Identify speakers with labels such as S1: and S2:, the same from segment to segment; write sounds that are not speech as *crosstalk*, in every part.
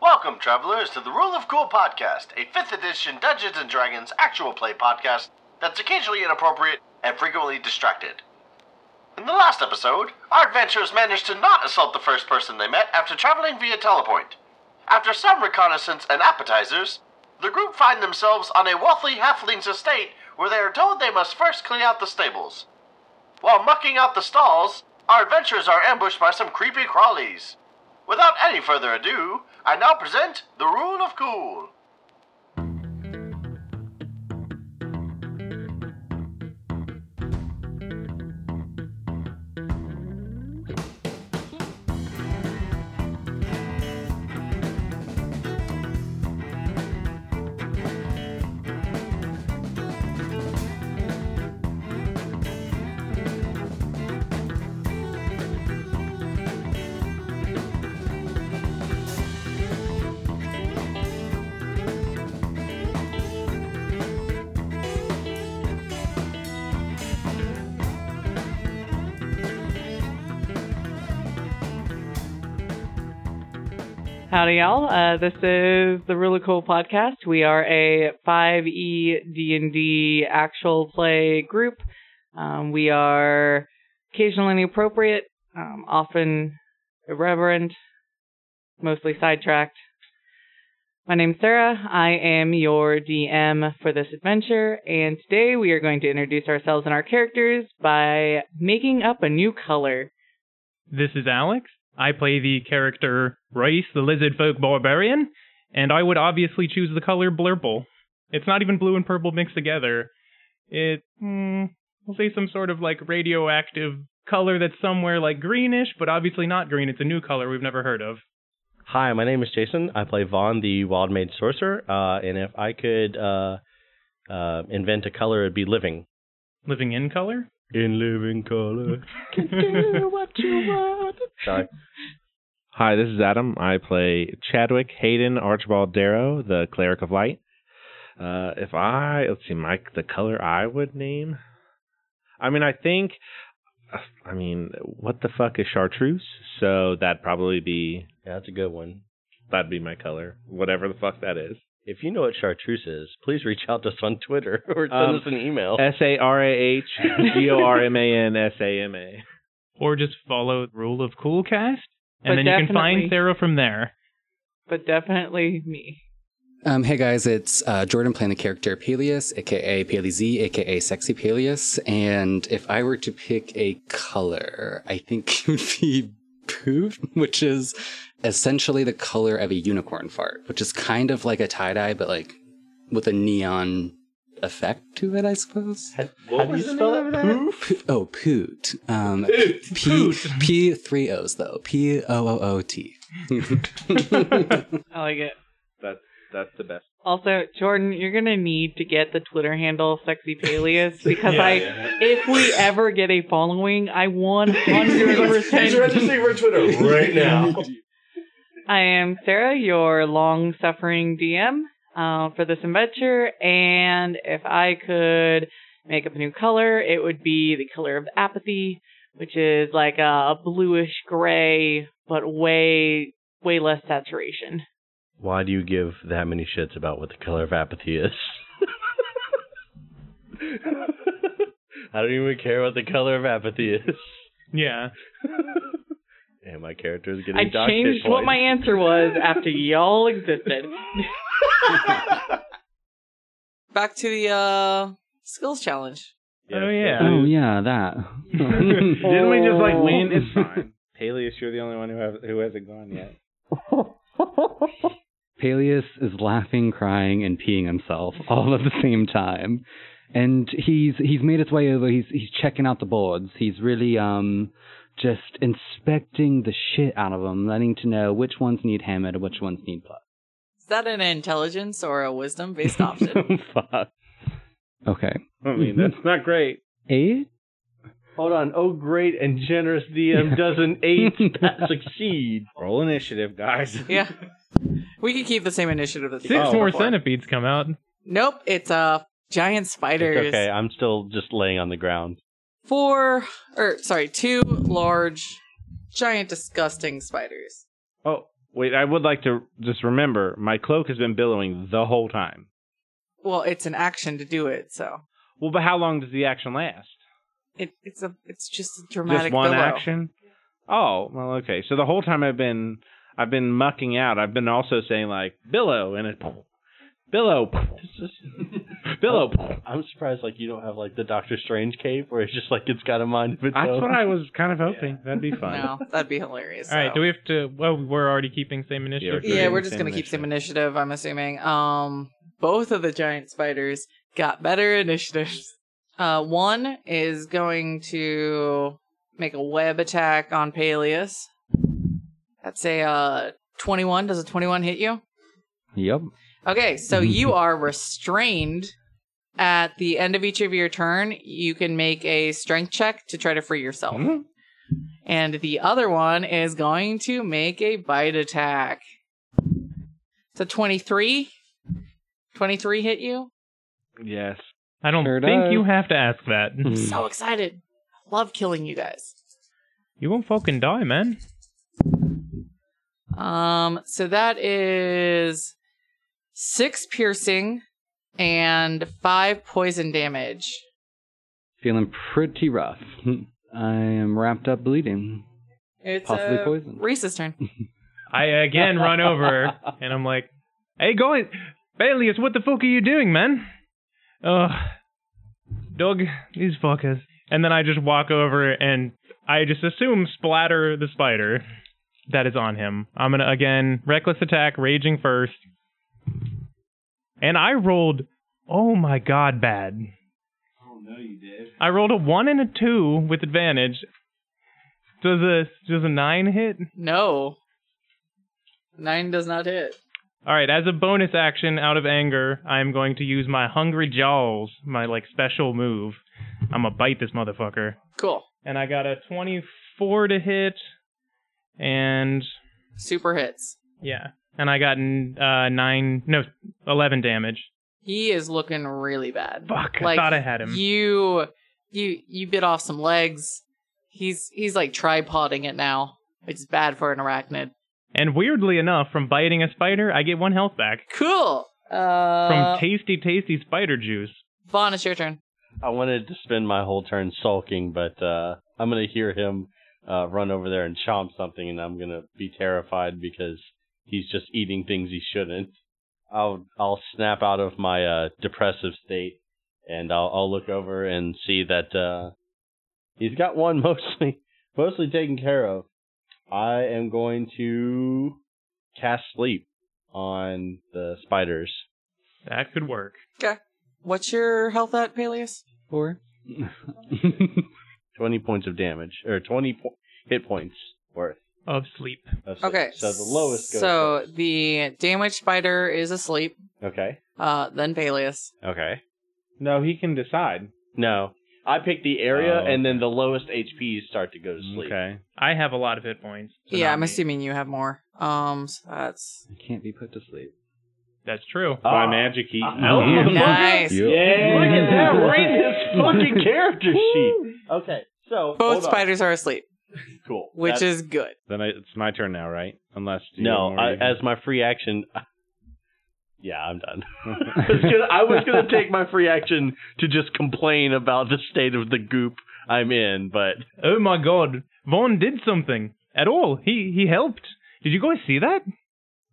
S1: Welcome, travelers, to the Rule of Cool podcast, a 5th edition Dungeons and Dragons actual play podcast that's occasionally inappropriate and frequently distracted. In the last episode, our adventurers managed to not assault the first person they met after traveling via telepoint. After some reconnaissance and appetizers, the group find themselves on a wealthy halfling's estate where they are told they must first clean out the stables. While mucking out the stalls, our adventurers are ambushed by some creepy crawlies. Without any further ado, I now present the Rule of Cool.
S2: Howdy, y'all. Uh, this is the Really Cool Podcast. We are a E 5e D&D actual play group. Um, we are occasionally inappropriate, um, often irreverent, mostly sidetracked. My name's Sarah. I am your DM for this adventure, and today we are going to introduce ourselves and our characters by making up a new color.
S3: This is Alex. I play the character Rice, the lizard folk barbarian, and I would obviously choose the color blurple. It's not even blue and purple mixed together. It, mm, we'll say some sort of like radioactive color that's somewhere like greenish, but obviously not green. It's a new color we've never heard of.
S4: Hi, my name is Jason. I play Vaughn, the Wild Mage Sorcerer. Uh, and if I could uh, uh, invent a color, it'd be living.
S3: Living in color?
S4: In living color.
S3: *laughs*
S4: Sorry.
S5: Hi, this is Adam. I play Chadwick Hayden Archibald Darrow, the Cleric of Light. Uh, if I let's see, Mike, the color I would name. I mean, I think. uh, I mean, what the fuck is chartreuse? So that'd probably be
S4: Yeah, that's a good one.
S5: that'd be my color, whatever the fuck that is.
S4: If you know what chartreuse is, please reach out to us on Twitter *laughs* or send
S5: Um,
S4: us an email.
S5: S A R A H G O R M A N S A *laughs* M A.
S3: Or just follow the rule of Coolcast,
S2: But
S3: and then you can
S2: definitely-
S3: find Sarah from there.
S2: But definitely me.
S6: Um, hey guys, it's uh, Jordan playing the character Peleus, aka Pele Z, aka Sexy Peleus. And if I were to pick a color, I think *laughs* it would be poop, which is essentially the color of a unicorn fart, which is kind of like a tie dye, but like with a neon effect to it, I suppose.
S4: How, what
S3: do you spell that?
S6: P- oh, poot. Um, P
S3: Poot.
S6: P three O's though. P O O O
S3: *laughs*
S6: T.
S2: *laughs* I like it.
S5: That's the best.
S2: Also, Jordan, you're gonna need to get the Twitter handle sexy Peleus because I, if we ever get a following, I 100 percent.
S4: for Twitter right now.
S2: I am Sarah, your long-suffering DM uh, for this adventure, and if I could make up a new color, it would be the color of apathy, which is like a bluish gray, but way way less saturation.
S4: Why do you give that many shits about what the color of apathy is? *laughs* I don't even care what the color of apathy is.
S3: Yeah.
S4: *laughs* And my character is
S2: I
S4: getting dog shit
S2: changed what
S4: points.
S2: my answer was after y'all existed.
S7: *laughs* back to the uh skills challenge.
S3: Oh, yeah.
S6: Oh yeah, that.
S5: *laughs* Didn't we just like
S6: Oh.
S5: win? *laughs* It's fine. Peleus, you're the only one who have who hasn't gone yet.
S6: *laughs* Peleus is laughing, crying, and peeing himself all at the same time. And he's he's made his way over. He's he's checking out the boards. He's really um just inspecting the shit out of them, letting to know which ones need hammered and which ones need plus. *laughs*
S7: Is that an intelligence or a wisdom based
S5: *laughs*
S7: option?
S4: Fuck.
S6: Okay, Eh?
S5: I
S6: *laughs*
S5: mean, that's not great.
S6: eight.
S4: Hold on. Oh, great and generous
S3: *laughs*
S4: DM does an eight *laughs* succeed.
S5: Roll initiative, guys.
S7: yeah. We could keep the same initiative as
S3: *laughs* Six
S4: Oh,
S3: more centipedes come out.
S7: Nope, it's uh giant spiders.
S4: It's okay. I'm still just laying on the ground.
S7: Four or sorry, two large giant disgusting spiders.
S5: Oh, Wait, I would like to just remember my cloak has been billowing the whole time.
S7: Well, it's an action to do it, so
S5: Well, but how long does the action last?
S7: it, it's a it's just a dramatic
S5: just one
S7: billow.
S5: action. Oh, well, okay. So the whole time I've been I've been mucking out. I've been also saying like billow and it billow billow.
S4: I'm surprised like you don't have like the Doctor Strange cape where it's just like it's got a mind of its
S5: That's
S4: own.
S5: what I was kind of hoping. That'd *laughs* be fun.
S7: No, that'd be hilarious.
S3: All right,
S7: though.
S3: do we have to? Well, we're already keeping same initiative.
S5: keeping
S7: yeah,
S5: Same-
S7: we're just
S5: same
S7: gonna keep same
S5: initiative.
S7: initiative. I'm assuming. Um, both of the giant spiders got better initiatives. *laughs* Uh, one is going to make a web attack on Peleus. That's a uh 21. Does a 21 hit you?
S5: Yep.
S7: Okay, so
S6: Mm-hmm.
S7: you are restrained. At the end of each of your turn, you can make a strength check to try to free yourself.
S6: Mm-hmm.
S5: Mhm.
S7: And the other one is going to make a bite attack. So 23? 23 hit you?
S5: Yes.
S3: I don't
S6: Sure
S3: think
S6: does. Hmm.
S3: you have to ask
S6: Mm-hmm.
S3: that.
S7: *laughs* So excited. Love killing you guys.
S3: You won't fucking die, man.
S7: Um, so that is six piercing and five poison damage.
S6: Feeling pretty rough. *laughs* I am wrapped up bleeding.
S7: It's
S6: Possibly
S7: uh,
S6: poison.
S7: Reese's
S6: *laughs*
S7: turn.
S3: I again run over and I'm like, "Hey, guys, Baileyus, what the fuck are you doing, man? Ugh, dog, these fuckers." And then I just walk over and I just assume splatter the spider that is on him. I'm gonna again reckless attack, raging first, and I rolled. Oh my god, bad. Oh no, you did. I rolled a one and a two with advantage. Does a does a nine hit?
S7: No. Nine does not hit.
S3: All right, as a bonus action out of anger, I'm going to use my hungry jaws, my like special move. I'm gonna bite this motherfucker.
S7: Cool.
S3: And I got a 24 to hit and
S7: Super hits.
S3: yeah, and I got n- uh 9 no 11 damage.
S7: He is looking really bad.
S3: Fuck, I thought I had him.
S7: You you you bit off some legs. He's he's like tripoding it now, which is bad for an arachnid.
S3: and weirdly enough, from biting a spider, I get 1 health back
S7: Cool. Uh
S3: from tasty tasty spider juice.
S7: Vaughn, it's your turn.
S4: I wanted to spend my whole turn sulking, but uh, I'm gonna hear him uh, run over there and chomp something, and I'm gonna be terrified because he's just eating things he shouldn't. I'll I'll snap out of my uh, depressive state, and I'll I'll look over and see that uh, he's got one mostly mostly taken care of. I am going to cast sleep on the spiders.
S3: That could work.
S7: What's your health at, Peleus?
S6: Or
S4: Twenty points of damage, or twenty po- hit points worth.
S3: Of sleep.
S4: of six.
S7: Okay.
S4: Oh, So the lowest goes.
S7: So the damaged spider is asleep.
S4: first. Okay.
S7: Uh then Peleus.
S4: Okay.
S5: No, he can decide.
S4: No, I pick the area,
S5: Oh,
S4: and then the lowest HPs start to go to sleep.
S5: Okay.
S3: I have a lot of hit points. so
S7: yeah,
S3: not
S7: I'm
S3: me.
S7: assuming you have more. Um so that's
S6: I can't be put to sleep.
S3: That's true.
S5: By
S4: Ah.
S5: magic, he.
S4: Ah.
S5: Oh,
S4: Yeah.
S7: nice.
S5: Yeah.
S4: Look at that! Read his fucking character sheet. Okay, so
S7: Both
S4: hold on.
S7: spiders are asleep,
S4: Cool.
S7: which
S4: That's-
S7: is good.
S5: Then I, it's my turn now, right? Unless you
S4: no.
S5: have more
S4: I,
S5: you can-
S4: as my free action. *laughs* Yeah, I'm
S5: *laughs*
S4: done. I was gonna- I was going to take my free action to just complain about the state of the goop I'm in, but
S3: Oh my god, Vaughn did something at all. He he helped. Did you guys see that?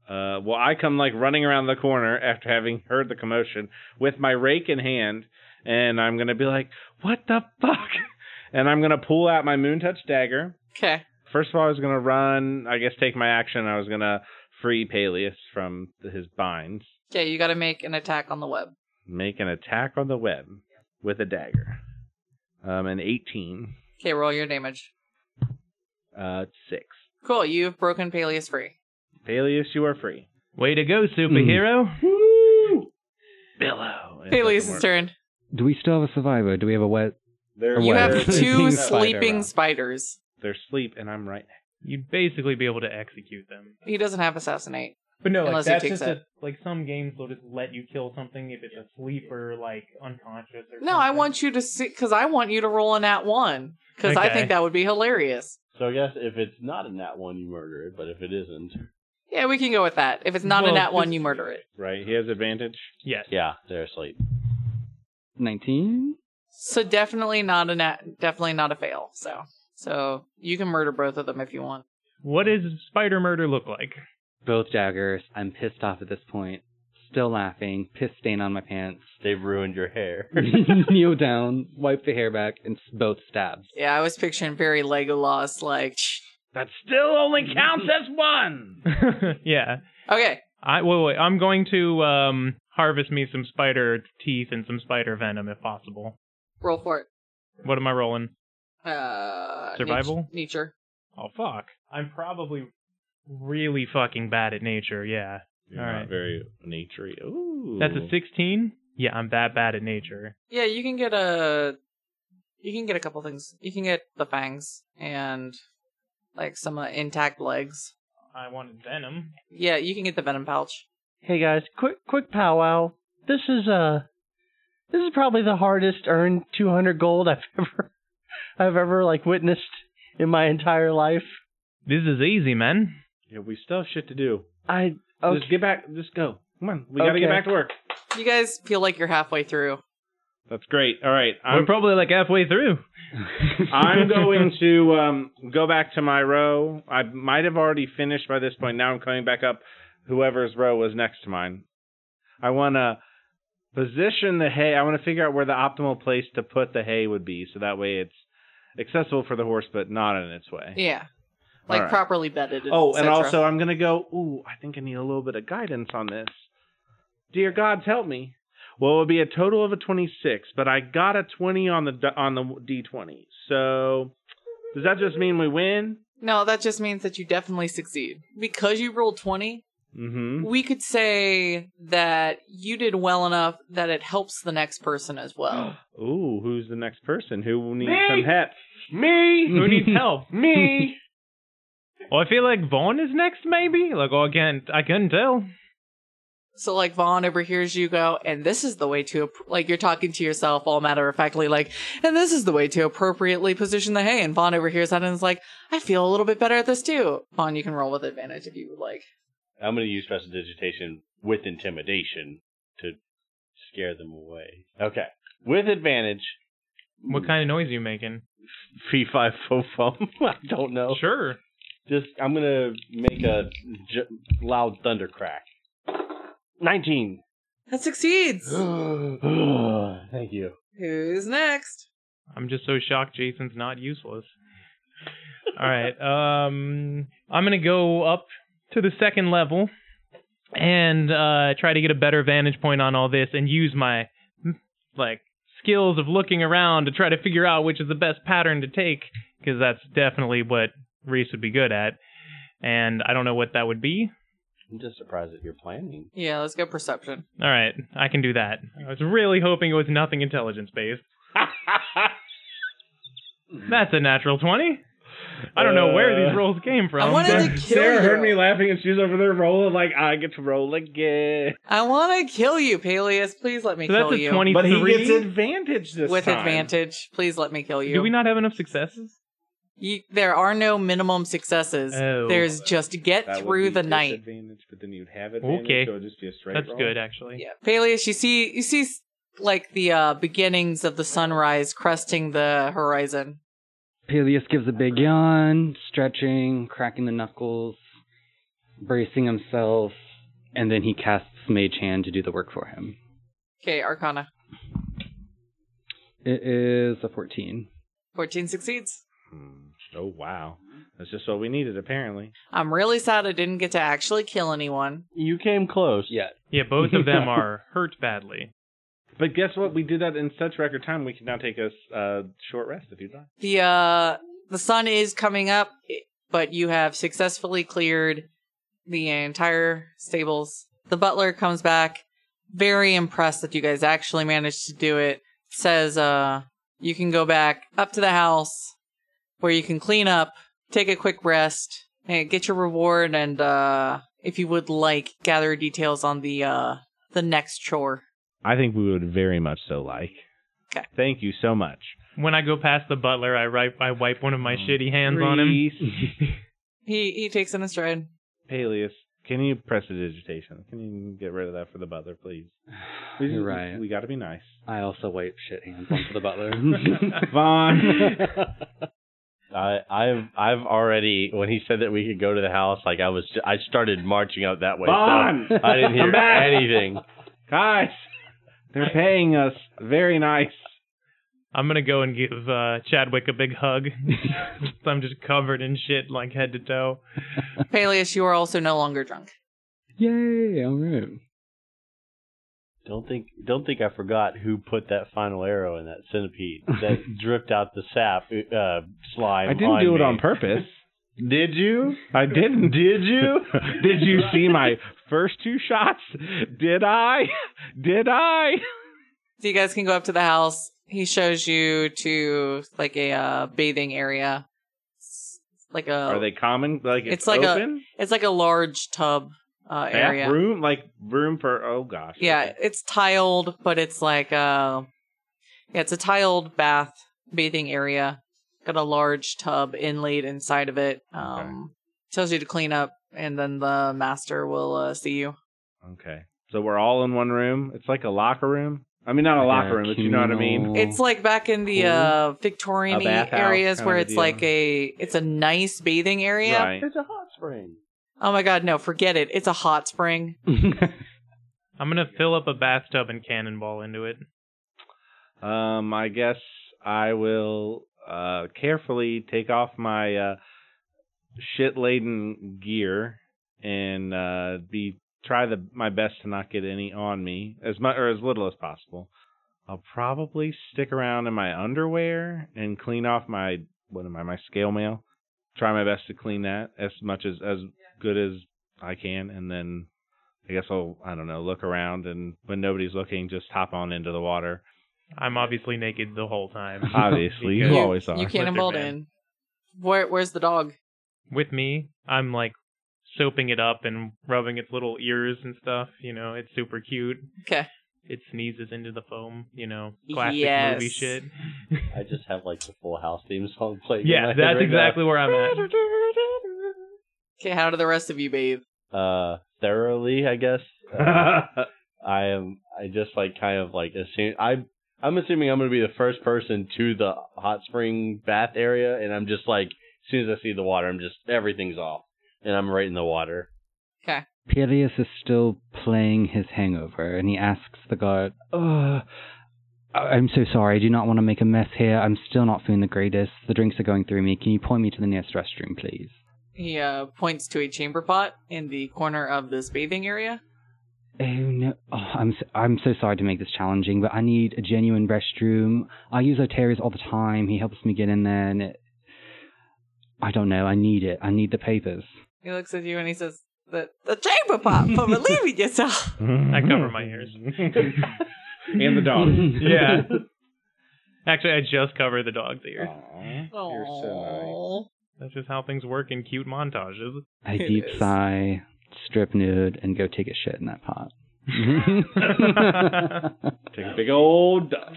S5: Uh, well, I come like running around the corner after having heard the commotion with my rake in hand, and I'm gonna be like, "What the fuck?" *laughs* And I'm gonna pull out my moon touch dagger.
S7: Okay.
S5: First of all, I was gonna run. I guess take my action. I was gonna free Peleus from his binds,
S7: Yeah, you got to make an attack on the web.
S5: make an attack on the web with a dagger. Um, an 18,
S7: Okay, roll your damage.
S5: uh, six.
S7: Cool, you've broken Peleus free.
S5: Peleus, you are free. Hmm.
S3: Way to go, superhero.
S6: Oh,
S5: Billow. It doesn't
S7: Peleus'
S5: work.
S7: turn.
S6: Do we still have a survivor? Do we have a wet?
S5: They're,
S7: You
S6: Web.
S7: have
S6: *laughs*
S5: they're-
S7: two
S6: Sleeping
S7: sleeping
S6: spider.
S7: spiders.
S5: they're asleep, and I'm right.
S3: You'd basically be able to execute them.
S7: He doesn't have assassinate.
S3: But no,
S7: like, Unless he that's takes just a-
S3: like some games will just let you kill something if it's asleep or like unconscious or
S7: No, I want you to see because I want you to roll an at one because I
S3: Okay.
S7: think that would be hilarious.
S4: So I guess if it's not in that one, you murder it. But if it isn't,
S7: Yeah, we can go with that. If it's not a
S3: Well,
S7: nat one,
S3: just-
S7: you murder it.
S5: Right, he has advantage.
S3: Yes.
S4: Yeah, they're asleep.
S5: Hmm?
S6: 19?
S7: So definitely not a nat, definitely not a fail. So so you can murder both of them if you want.
S3: What does spider murder look like? *laughs*
S6: Both daggers. I'm pissed off at this point. Still laughing. Piss stain on my pants.
S4: *laughs* They've ruined
S6: *laughs*
S4: your hair.
S6: Kneel down, wipe the hair back, and s- both stabs.
S7: Yeah, I was picturing very Legolas like.
S8: That still only
S7: *laughs*
S8: counts as one.
S3: yeah.
S7: Okay,
S3: I wait, wait. I'm going to um harvest me some spider teeth and some spider venom if possible.
S7: roll for it.
S3: What am I rolling?
S7: Uh,
S3: Survival?
S7: Nature.
S3: Oh fuck. I'm probably really fucking bad at nature. Yeah.
S5: You're
S3: All
S5: not
S3: right.
S5: very naturey. Ooh.
S3: That's a 16? Yeah, I'm that bad at nature.
S7: Yeah, you can get a. You can get a couple things. You can get the fangs and like some uh, intact legs.
S3: I wanted venom.
S7: Yeah, you can get the venom pouch.
S9: Hey guys, quick quick powwow. This is uh this is probably the hardest earned 200 gold I've *laughs* ever I've ever like witnessed in my entire life.
S3: This is easy, man.
S5: Yeah, we still have shit to do.
S9: I
S5: Just
S9: okay,
S5: get back. Just go. Come on. We gotta get
S9: Okay.
S5: back to work.
S7: You guys feel like you're halfway through.
S5: That's great. All right.
S3: We're
S5: I'm,
S3: probably like halfway through.
S5: *laughs*
S3: *laughs*
S5: I'm going to um, go back to my row. I might have already finished by this point. Now I'm coming back up whoever's row was next to mine. I want to position the hay. I want to figure out where the optimal place to put the hay would be so that way it's accessible for the horse but not in its way.
S7: Yeah,
S5: All
S7: like
S5: right.
S7: properly bedded. et
S5: Oh, and
S7: cetera.
S5: also I'm gonna go. Ooh, I think I need a little bit of guidance on this. Dear gods, help me. Well, it would be a total of a 26, but I got a 20 on the d- on the d20. So does that just mean we win?
S7: no, that just means that you definitely succeed because you rolled twenty.
S5: Mm-hmm.
S7: We could say that you did well enough that it helps the next person as well.
S5: Ooh, who's the next person? Who needs
S8: Me!
S5: some help?
S3: Who
S5: Me.
S3: *laughs* needs help?
S5: Me.
S3: Well, I feel like Vaughn is next, maybe. Like, oh, I can't, I couldn't tell.
S7: So like Vaughn overhears you go, and this is the way to ap- like you're talking to yourself all matter of factly like, and this is the way to appropriately position the hay. And Vaughn overhears that and is like, I feel a little bit better at this too. Vaughn, you can roll with advantage if you would like.
S4: I'm going to use prestidigitation with intimidation to scare them away. Okay. With advantage.
S3: What kind of noise are you making?
S4: Fee fi fo *laughs* fum. I don't know.
S3: Sure.
S4: Just I'm gonna make a j- loud thunder crack. Nineteen.
S7: That succeeds.
S4: Uh, Thank you.
S7: Who's next?
S3: I'm just so shocked Jason's not useless. All right. *laughs* Um, I'm gonna go up to the second level and uh, try to get a better vantage point on all this, and use my like skills of looking around to try to figure out which is the best pattern to take, because that's definitely what Reese would be good at. And I don't know what that would be.
S4: I'm just surprised that you're planning.
S7: Yeah, let's go perception.
S3: All right, I can do that. I was really hoping it was nothing intelligence
S5: *laughs*
S3: based. That's a natural twenty. I don't know where
S5: Uh,
S3: these rolls came from.
S7: I wanted to
S3: but-
S7: kill
S5: Sarah
S7: you.
S5: heard me laughing and she's over there rolling like I get to roll again.
S7: I want to kill you, Peleus. Please let me
S3: So
S7: kill
S3: that's a
S7: you.
S3: twenty-three.
S5: But he gets advantage this
S7: with
S5: time.
S7: advantage. Please let me kill you.
S3: Do we not have enough successes?
S7: You- there are no minimum successes.
S3: Oh.
S7: There's just
S5: That
S7: get
S5: would
S7: through
S5: be
S7: the night.
S5: disadvantage, But then you'd have advantage,
S3: Okay.
S5: so it'd just be a straight
S3: That's
S5: roll.
S3: good, actually.
S7: Yeah, Peleus, you see, you see, like the uh, beginnings of the sunrise cresting the horizon.
S6: Peleus gives a big yawn, stretching, cracking the knuckles, bracing himself, and then he casts Mage Hand to do the work for him.
S7: Okay, Arcana,
S6: It is a 14.
S7: fourteen succeeds.
S5: Hmm. Oh wow, that's just what we needed apparently.
S7: I'm really sad I didn't get to actually kill anyone.
S4: You came close.
S6: Yeah.
S3: Yeah, both
S4: *laughs*
S3: of them are hurt badly.
S5: But guess what? We did that in such record time. We can now take a uh, short rest if you'd like.
S7: The uh, the sun is coming up, but you have successfully cleared the entire stables. The butler comes back, very impressed that you guys actually managed to do it. Says, uh, you can go back up to the house where you can clean up, take a quick rest, and get your reward. And uh, if you would like, gather details on the uh, the next chore.
S5: I think we would very much so like.
S7: 'Kay.
S5: Thank you so much.
S3: When I go past the butler, I wipe, I
S5: Mm. *laughs*
S3: wipe one of my shitty hands on him.
S5: Reese.
S7: He he takes it in his stride.
S5: Peleus, Can you press the digitation? Can you get rid of that for the butler, please? We-
S6: You're right.
S5: We got to be nice.
S6: I also wipe shit hands onto the
S4: *laughs*
S6: butler.
S5: Vaughn.
S4: I, I've I've already when he said that we could go to the house, like I was I started marching out that way. so
S5: Vaughn!
S4: I didn't
S5: Come
S4: hear
S5: back!
S4: anything.
S5: Guys, they're paying us. Very nice.
S3: I'm gonna go and give uh, Chadwick a big hug. *laughs* I'm just covered in shit, like head to toe.
S7: Peleus, you are also no longer drunk.
S6: Yay! All right.
S4: Don't think don't think I forgot who put that final arrow in that centipede
S5: *laughs*
S4: that dripped out the sap uh, slime.
S5: I didn't do it
S4: me.
S5: on purpose.
S4: Did you?
S5: I didn't.
S4: Did you?
S5: *laughs* Did you see my first *laughs* two shots? Did I? Did I?
S7: So you guys can go up to the house. He shows you to like a uh, bathing area. It's like a
S5: Are they common? Like
S7: Oh. It's
S5: it's,
S7: like a
S5: open?
S7: it's like a large tub uh, area.
S5: room, like room for oh gosh.
S7: Yeah, it's tiled, but it's like uh yeah, it's a tiled bath bathing area. Got a large tub inlaid inside of it. Um tells you to clean up and then the master will uh, see you.
S5: Okay. So we're all in one room. It's like a locker room. I mean, not
S6: Like
S5: a
S6: a
S5: locker room, but you know what I mean.
S6: communal-
S7: It's like back in the
S6: Cool.
S7: uh
S5: A
S7: Victorian
S5: bathhouse
S7: areas
S5: kind
S7: where
S5: of
S7: it's
S5: deal.
S7: like a it's a nice bathing area.
S5: Right.
S4: It's a hot spring.
S7: Oh my god, no, forget it. It's a hot
S5: *laughs*
S7: spring.
S3: I'm gonna fill up a bathtub and cannonball into it.
S5: Um, I guess I will uh carefully take off my uh shit laden gear and uh be try the my best to not get any on me as much or as little as possible. I'll probably stick around in my underwear and clean off my what am I my scale mail. Try my best to clean that as much as as good as I can, and then I guess I'll I don't know look around and when nobody's looking, just hop on into the water.
S3: I'm obviously naked the whole time.
S5: Obviously, you
S3: Because
S5: always are.
S7: You cannonballed
S3: Lizard man.
S7: in. Where where's the dog?
S3: With me, I'm like soaping it up and rubbing its little ears and stuff. You know, it's super cute.
S7: Okay.
S3: It sneezes into the foam. You know, classic
S7: Yes.
S3: movie shit.
S4: I just have like the Full House theme song playing. in my
S3: yeah,
S4: head
S3: that's
S4: right
S3: exactly where I'm at.
S7: Okay, how do the rest of you bathe?
S4: Now. Uh, thoroughly, I
S5: *laughs*
S4: guess. Uh, I am. I just like kind of like assume. I I'm assuming I'm gonna be the first person to the hot spring bath area, and I'm just like, as soon as I see the water, I'm just everything's off, and I'm right in the water.
S6: Peleus is still playing his hangover, and he asks the guard, "Ugh, I- I'm so sorry. I do not want to make a mess here. I'm still not feeling the greatest. The drinks are going through me. Can you point me to the nearest restroom, please?"
S7: He uh, points to a chamber pot in the corner of this bathing area.
S6: Oh no! Oh, I'm so, I'm so sorry to make this challenging, but I need a genuine restroom. I use Otarius all the time. He helps me get in there, and it, I don't know. I need it. I need the papers.
S7: He looks at you and he says, "The the chamber pot
S5: *laughs*
S7: for relieving yourself."
S3: I cover
S7: *laughs*
S3: my ears.
S5: *laughs* and the
S6: *laughs*
S5: dog.
S3: yeah. Actually, I just cover the dog's ears.
S7: Aww.
S3: That's just how things work in cute montages.
S6: I
S7: It
S6: deep
S7: is.
S6: sigh, strip nude, and go take a shit in that
S3: *laughs*
S6: pot.
S5: Take a big old duck.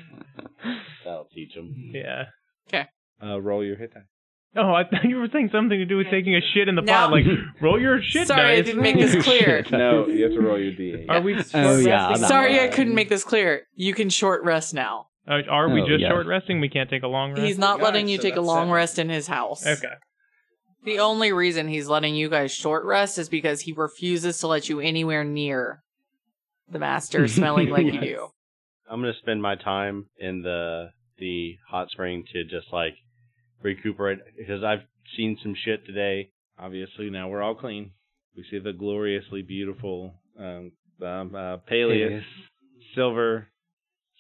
S4: That'll teach them.
S3: Yeah.
S5: Uh, roll your hit die.
S3: Oh, I thought you were saying something to do with taking a shit in the
S7: No.
S3: pot.
S6: *laughs*
S3: Like, roll your shit
S7: Sorry, I
S3: dice.
S7: didn't make
S3: *laughs*
S7: this clear.
S5: *laughs* No, you have to roll your d8.
S3: Are we?
S6: Oh
S3: short
S6: yeah.
S3: resting?
S6: I'm not
S7: Sorry, I
S6: lying.
S7: couldn't make this clear. You can short rest now.
S3: Are, Uh, are we
S6: Oh,
S3: just
S6: yeah.
S3: short resting? We can't take a long rest.
S7: He's not
S5: Guys,
S7: letting you
S5: so
S7: take a
S5: that's
S7: long
S5: seven.
S7: rest in his house.
S3: Okay.
S7: The only reason he's letting you guys short rest is because he refuses to let you anywhere near the
S4: *laughs*
S7: master smelling
S5: *laughs*
S7: like you do.
S4: I'm gonna spend my time in the the hot spring to just like recuperate because I've seen some shit today.
S5: Obviously, now we're all clean. We see the gloriously beautiful um, um, uh, Peleus, silver.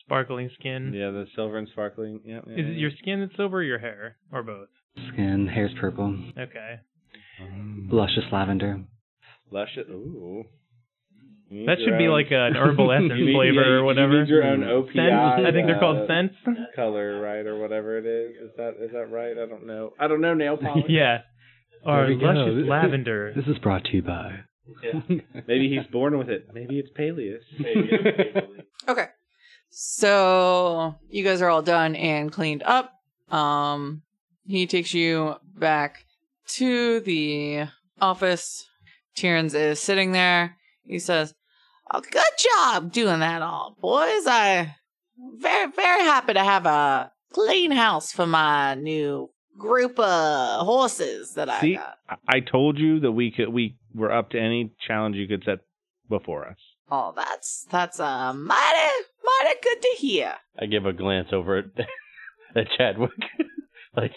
S3: Sparkling skin.
S5: Yeah, the silver and sparkling. Yeah, yeah,
S3: Is it your skin that's silver or your hair? Or both?
S6: Skin, hair's purple,
S3: Okay.
S5: Mm-hmm.
S6: luscious lavender.
S5: lush? It, ooh. You need
S3: That
S5: your
S3: should be
S5: own-
S3: like
S5: *laughs*
S3: an herbal essence
S5: you need- yeah,
S3: flavor
S5: you-
S3: or whatever.
S5: You need your own OPI.
S3: Scents? I think they're
S5: uh,
S3: called scents.
S5: Color, right, or whatever it is. Is that is that right? I don't know. I don't know nail polish.
S3: *laughs* *laughs* yeah. Or
S6: There we go.
S3: luscious lavender.
S6: This is brought to you by.
S5: *laughs* Maybe he's born with it. Maybe it's Peleus.
S8: *laughs*
S7: Okay. So you guys are all done and cleaned up. Um, he takes you back to the office
S8: Cheerins is sitting there. He says, oh, "Good job doing that, all boys. I very very happy to have a clean house for my new group of horses that I
S5: See?
S8: got.
S5: I- I told you that we could we were up to any challenge you could set before us.
S8: Oh, that's that's uh, mighty mighty good to hear."
S4: I give a glance over at, *laughs* at Chadwick, *laughs* like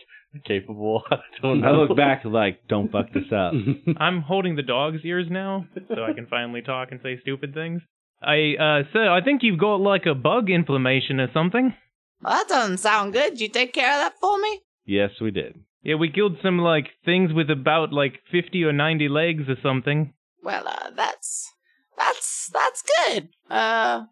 S4: capable. *laughs* I don't
S5: I
S4: know.
S5: look back like, don't fuck this up.
S3: *laughs* I'm holding the dog's ears now, so I can finally talk and say stupid things. I uh so I think you've got like a bug inflammation or something.
S8: Well, that doesn't sound good. You take care of that for me?
S5: yes, we did.
S3: Yeah, we killed some like things with about like fifty or ninety legs or something.
S8: Well, uh, that's that's that's good. Uh,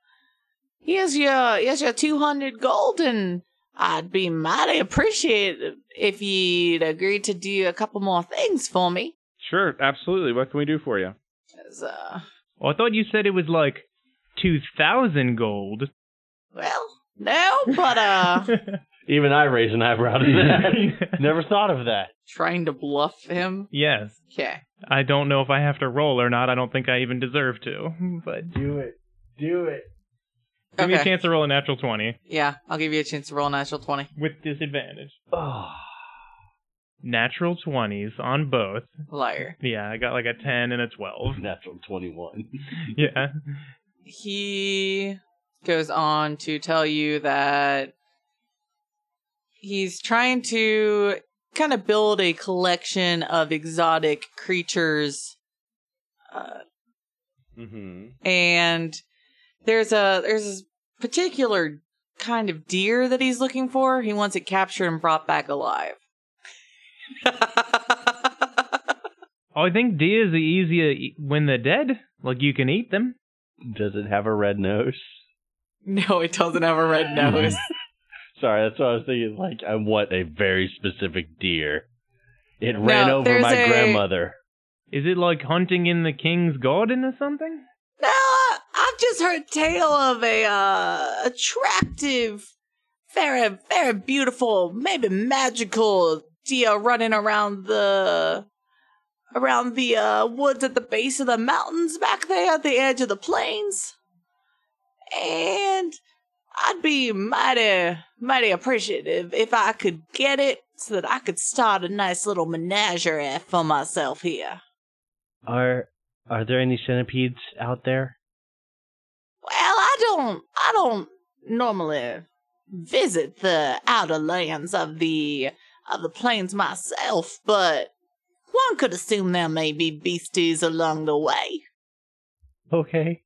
S8: here's your here's your two hundred gold, and I'd be mighty appreciative if you'd agree to do a couple more things for me.
S5: Sure, absolutely. What can we do for you?
S8: 'Cause, uh,
S3: Well, Oh, I thought you said it was like two thousand gold.
S8: well, no, but uh,
S4: Even I raise an eyebrow
S3: *laughs*
S4: to that. *laughs* Never thought of that.
S8: trying to bluff him.
S3: yes.
S8: Okay.
S3: I don't know if I have to roll or not. I don't think I even deserve to. *laughs* But
S9: Do it. Do it.
S3: give me a
S8: Okay.
S3: chance to roll a natural twenty
S8: Yeah, I'll give you a chance to roll a natural twenty.
S3: with disadvantage.
S4: Oh,
S3: Natural twenties on both.
S8: Liar.
S3: Yeah, I got like a ten and a
S4: *laughs*
S3: twelve.
S4: natural 21.
S3: *laughs* Yeah.
S8: he goes on to tell you that he's trying to kind of build a collection of exotic creatures uh,
S5: Mm-hmm.
S8: and there's a there's this particular kind of deer that he's looking for he wants it captured and brought back alive *laughs*
S3: Oh, I think deer is easier e- when they're dead. Like you can eat them.
S4: Does it have a red nose?
S8: no it doesn't have a red nose
S4: *laughs* Sorry, that's what I was thinking. Like, I want a very specific deer. It ran over
S8: there's
S4: my
S8: a-
S4: grandmother.
S3: Is it like hunting in the king's garden or something?
S8: No, I- I've just heard tale of a uh, attractive, very, very beautiful, maybe magical deer running around the around the uh, woods at the base of the mountains back there at the edge of the plains. And I'd be mighty, mighty appreciative if I could get it so that I could start a nice little menagerie for myself here.
S9: Are are there any centipedes out there?
S8: Well, I don't I don't normally visit the outer lands of the of the plains myself, but one could assume there may be beasties along the way.
S9: Okay.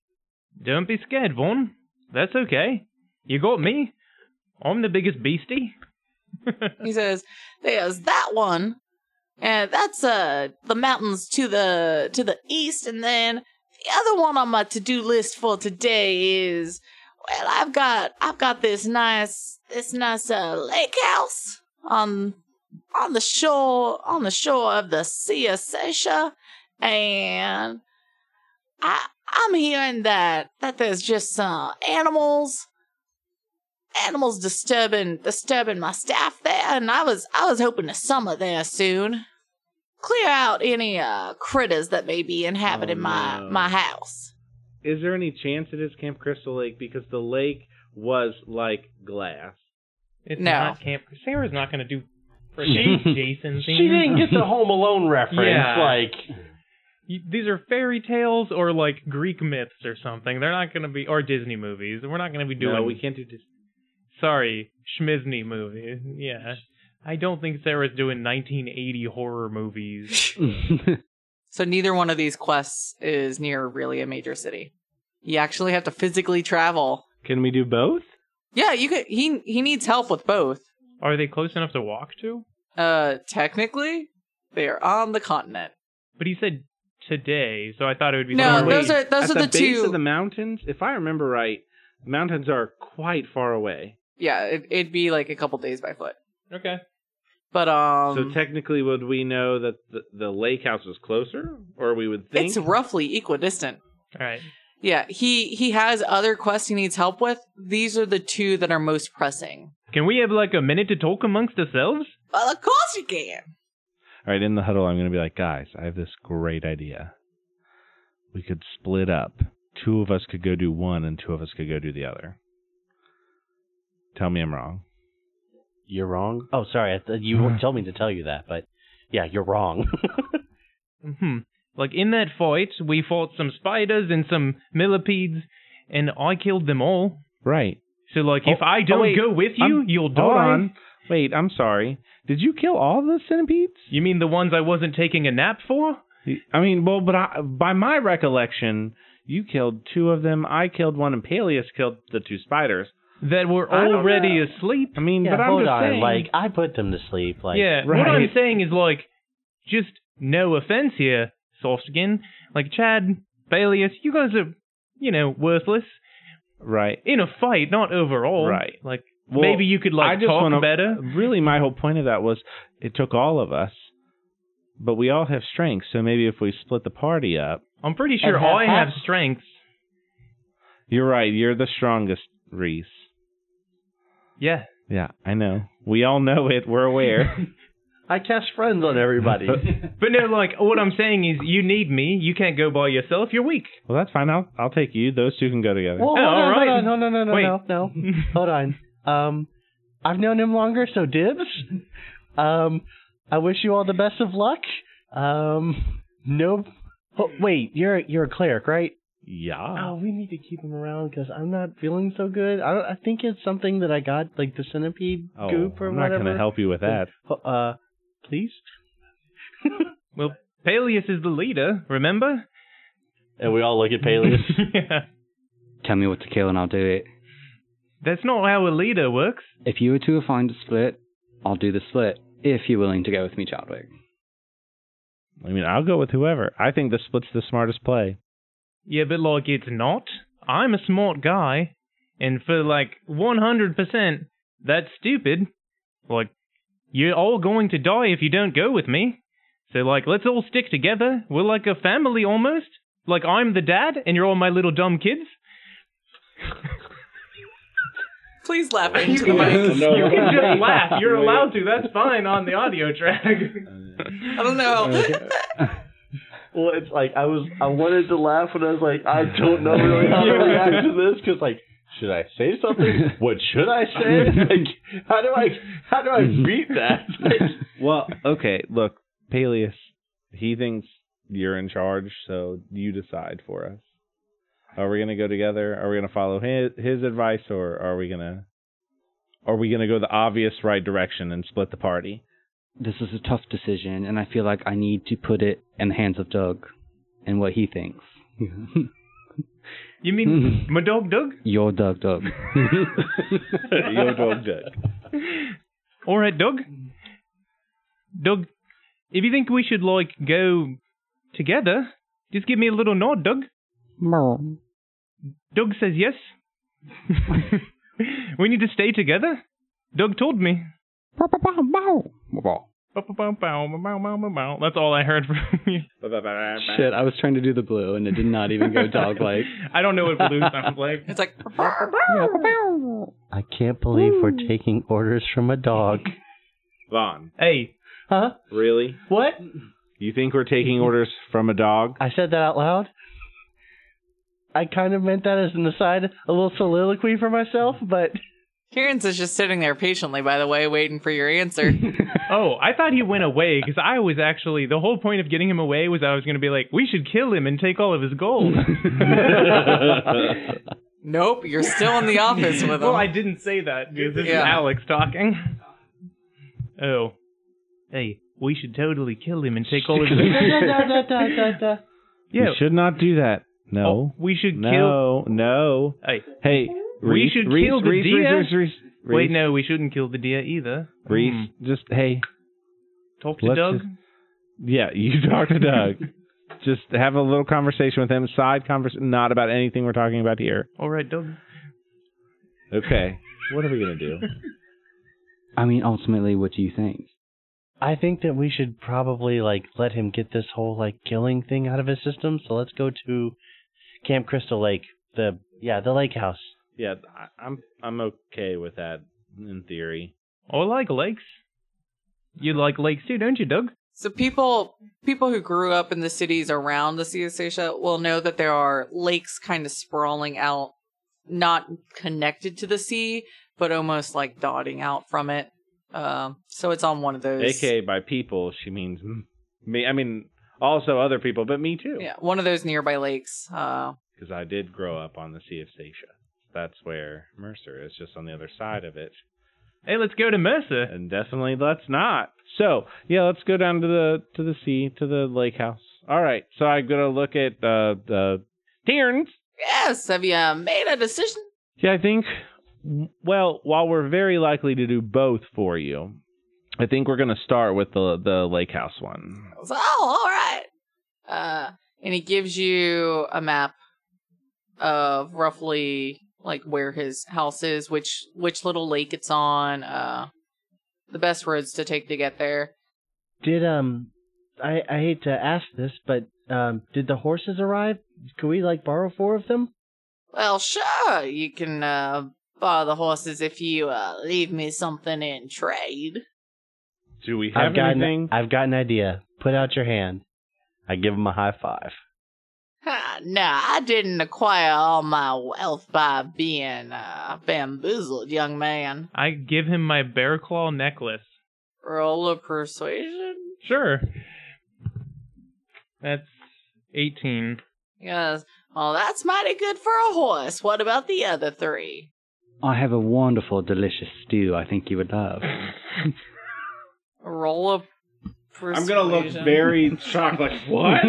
S3: Don't be scared, Vaughn. That's okay. You got me. I'm the biggest beastie.
S8: He says, There's that one. And that's uh the mountains to the to the east, and then the other one on my to-do list for today is well, I've got I've got this nice this nice uh lake house on on the shore on the shore of the Sea of Sesha and I I'm hearing that that there's just some animals animals disturbing disturbing my staff there and I was I was hoping to summer there soon. Clear out any uh critters that may be inhabiting
S5: Oh,
S8: my
S5: no.
S8: my house.
S5: Is there any chance it is Camp Crystal Lake because the lake was like glass?
S3: It's
S8: No.
S3: not camp. Sarah's not going
S8: *laughs*
S3: to do frickin' Jason
S4: She
S3: thing.
S4: didn't get the
S3: *laughs*
S4: Home Alone reference.
S3: Yeah.
S4: Like,
S3: You- These are fairy tales or like Greek myths or something. They're not going to be or Disney movies. We're not going to be doing.
S5: No, we can't do this.
S3: Sorry, Schmizney movies. Yeah. I don't think Sarah's doing 1980 horror movies.
S4: *laughs*
S8: So neither one of these quests is near really a major city. *laughs* You actually have to physically travel.
S5: Can we do both?
S8: Yeah, you could he he needs help with both.
S3: Are they close enough to walk to?
S8: Uh technically, they are on the continent.
S3: But he said today, so I thought it would be.
S8: No,
S3: somewhere-
S8: those are those
S5: At
S8: are the,
S5: base
S8: two
S5: of the mountains. If I remember right, mountains are quite far away.
S8: Yeah, it, it'd be like a couple days by foot.
S3: Okay.
S8: But um
S5: so technically, would we know that the, the lake house was closer, or we would think?
S8: it's roughly equidistant.
S3: All right.
S8: Yeah, he he has other quests he needs help with. These are the two that are most pressing.
S3: Can we have like a minute to talk amongst ourselves?
S8: Well, of course you can.
S5: All right, in the huddle, I'm going to be like, guys, I have this great idea. we could split up. Two of us could go do one, and two of us could go do the other. Tell me I'm wrong.
S4: You're wrong. Oh, sorry. I th-
S5: *sighs*
S4: you told me to tell you that, but yeah, you're wrong. *laughs*
S3: hmm Like in that fight, we fought some spiders and some millipedes, and I killed them all.
S5: Right.
S3: So like, if
S5: Oh,
S3: I don't
S5: oh, wait.
S3: go with you,
S5: I'm-
S3: you'll die.
S5: Hold on. Wait, I'm sorry. Did you kill all the centipedes?
S3: You mean the ones I wasn't taking a nap for?
S5: I mean, well, but I, by my recollection, you killed two of them. I killed one, and Peleus killed the two spiders.
S3: That were
S5: I don't
S3: already
S5: know.
S3: asleep.
S5: I mean,
S4: yeah,
S5: but I'm
S4: hold
S5: just
S4: on.
S5: saying,
S4: Like I put them to sleep. Like
S3: yeah. What
S5: right.
S3: I'm saying is like, just no offense here, soft skin. Like Chad, Baelius, you guys are, you know, worthless
S5: right?
S3: in a fight, not overall.
S5: Right.
S3: Like
S5: Well,
S3: maybe you could
S5: I
S3: like
S5: just
S3: talk
S5: wanna-
S3: better.
S5: Really, my whole point of that was it took all of us, but we all have strengths. So maybe if we split the party up,
S3: I'm pretty sure
S4: have
S3: I have
S4: half-
S3: strengths.
S5: you're right. You're the strongest, Reese.
S3: Yeah.
S5: Yeah, I know. We all know it. We're *laughs* aware.
S4: I cast friends on everybody.
S3: *laughs* But no, like what I'm saying is, you need me. You can't go by yourself. You're weak.
S5: well, that's fine. I'll I'll take you. Those two can go together.
S4: Oh,
S9: Well, hold
S3: all
S9: on,
S3: right.
S9: hold on, no, no, no, no,
S3: Wait.
S9: no, no.
S4: *laughs*
S9: Hold on. Um, I've known him longer, so dibs. Um, I wish you all the best of luck. Um, no. Oh, wait, you're you're a cleric, right?
S5: yeah.
S9: Oh, we need to keep him around because I'm not feeling so good. I don't, I think it's something that I got, like the centipede
S5: Oh,
S9: goop or
S5: I'm not
S9: whatever.
S5: gonna help you with that.
S9: Uh, please.
S3: *laughs* Well, Peleus is the leader. Remember?
S4: and we all look at Peleus.
S3: *laughs* yeah.
S6: Tell me what to kill and I'll do it.
S3: That's not how a leader works.
S6: If you two are fine to split, I'll do the split. If you're willing to go with me, Chadwick.
S5: I mean, I'll go with whoever. I think the split's the smartest play.
S3: Yeah, but like it's not. I'm a smart guy, and for like 100%, that's stupid. Like, you're all going to die if you don't go with me. So like, let's all stick together. We're like a family almost. Like I'm the dad, and you're all my little dumb kids.
S7: Please laugh into the mic.
S3: You can just laugh. You're allowed to. That's fine on the audio track.
S7: I don't know.
S4: well, it's like I was. I wanted to laugh, and I was like, I don't know really how to react to this because, like, should I say something? *laughs* What should I *laughs* say? Like, how do I? How do I
S9: *laughs*
S4: beat that? Like,
S5: Well, okay, look, Peleus, he thinks you're in charge, so you decide for us. Are we gonna go together? Are we gonna follow his his advice, or are we gonna are we gonna go the obvious right direction and split the party?
S6: This is a tough decision, and I feel like I need to put it in the hands of Doug and what he
S3: *laughs*
S6: thinks.
S3: You mean my dog Doug?
S6: You're Doug,
S3: *laughs*
S6: Doug.
S5: *laughs* You'll go judge.
S3: All right, Doug. Doug, if you think we should like go together, just give me a little nod, Doug.
S6: Mom.
S3: Doug says yes. *laughs* we need to stay together. Doug told me. That's all I heard from you.
S6: Shit, I was trying to do the blue, and it did not even go dog like.
S3: *laughs* I don't know what blue sounds like.
S7: It's like
S9: I can't believe we're taking orders from a dog.
S5: Vaughn,
S3: Hey,
S9: Huh?
S5: really?
S9: What?
S5: You think we're taking
S3: Mm-hmm.
S5: orders from a dog?
S9: I said that out loud. I kind of meant that as an aside, a little soliloquy for myself, but *laughs*
S7: Kieran's is just sitting there patiently, by the way,
S3: *laughs*
S7: waiting for your answer.
S3: oh, I thought he went away because I was actually the whole point of getting him away was I was going to be like, we should kill him and take all of his gold.
S7: nope, you're still in the office with him.
S3: well, I didn't say that because this
S7: Yeah.
S3: is Alex talking. Oh, hey, we should totally kill him and take all of his.
S9: *laughs*
S3: yeah,
S5: You should not do that. No.
S3: oh, we should kill.
S5: No, no.
S3: Hey,
S5: Hey,
S3: We
S5: Reese,
S3: should
S5: Reese,
S3: kill the
S5: Reese,
S3: deer.
S5: Reese, Reese, Reese,
S3: wait, no, we shouldn't kill the deer either.
S5: Reese,
S3: Hmm.
S5: just hey,
S3: Talk to
S5: Let's
S3: Doug.
S5: just- yeah, *laughs* you talk to
S3: *laughs*
S5: Doug. just have a little conversation with him, side conversation, not about anything we're talking about here.
S3: All right, Doug.
S5: Okay. what are we gonna do?
S6: I mean, ultimately, what do you think?
S9: I think that we should probably like let him get this whole like killing thing out of his system. So let's go to Camp Crystal Lake. The yeah, the lake house.
S5: Yeah, I, I'm I'm okay with that in theory.
S3: Oh, I like lakes. You like lakes too, don't you, Doug?
S8: So people people who grew up in the cities around the Sea of Seicha will know that there are lakes kind of sprawling out, not connected to the sea, but almost like dotting out from it. Um, so it's on one of those.
S5: AKA by people, she means m- me. I mean, also other people, but me too.
S8: Yeah, one of those nearby lakes. Uh,
S5: Because I did grow up on the Sea of Seicha. That's where Mercer is, just on the other side of it.
S3: Hey, let's go to Mercer.
S5: And definitely let's not. So, yeah, let's go down to the Uh, to the sea, to the lake house. All right. So I'm gonna look at uh the Tierns.
S8: yes, have you uh, made a decision?
S5: Yeah, I think. Well, while we're very likely to do both for you, I think we're gonna start with the the lake house one.
S8: I was like, oh, all right. Uh, and he gives you a map of roughly like where his house is, which which little lake it's on, uh, the best roads to take to get there.
S9: Did um, I I hate to ask this, but um, did the horses arrive? Could we like borrow four of
S5: *laughs*
S9: them?
S8: Well, sure, you can uh, borrow the horses if you uh, leave me something in trade.
S5: Do we have
S9: I've got
S5: anything?
S9: An, I've got an idea. Put out your hand. I give him a high five.
S8: Ha, no, I didn't acquire all my wealth by being uh, bamboozled, young man.
S3: I give him my bear claw necklace.
S8: Roll of persuasion.
S3: Sure. That's 18.
S8: Yes. Well, that's mighty good for a horse. What about the other three?
S6: I have a wonderful, delicious stew I think you would love.
S8: Roll up.
S5: I'm gonna look very shocked, *laughs* like what?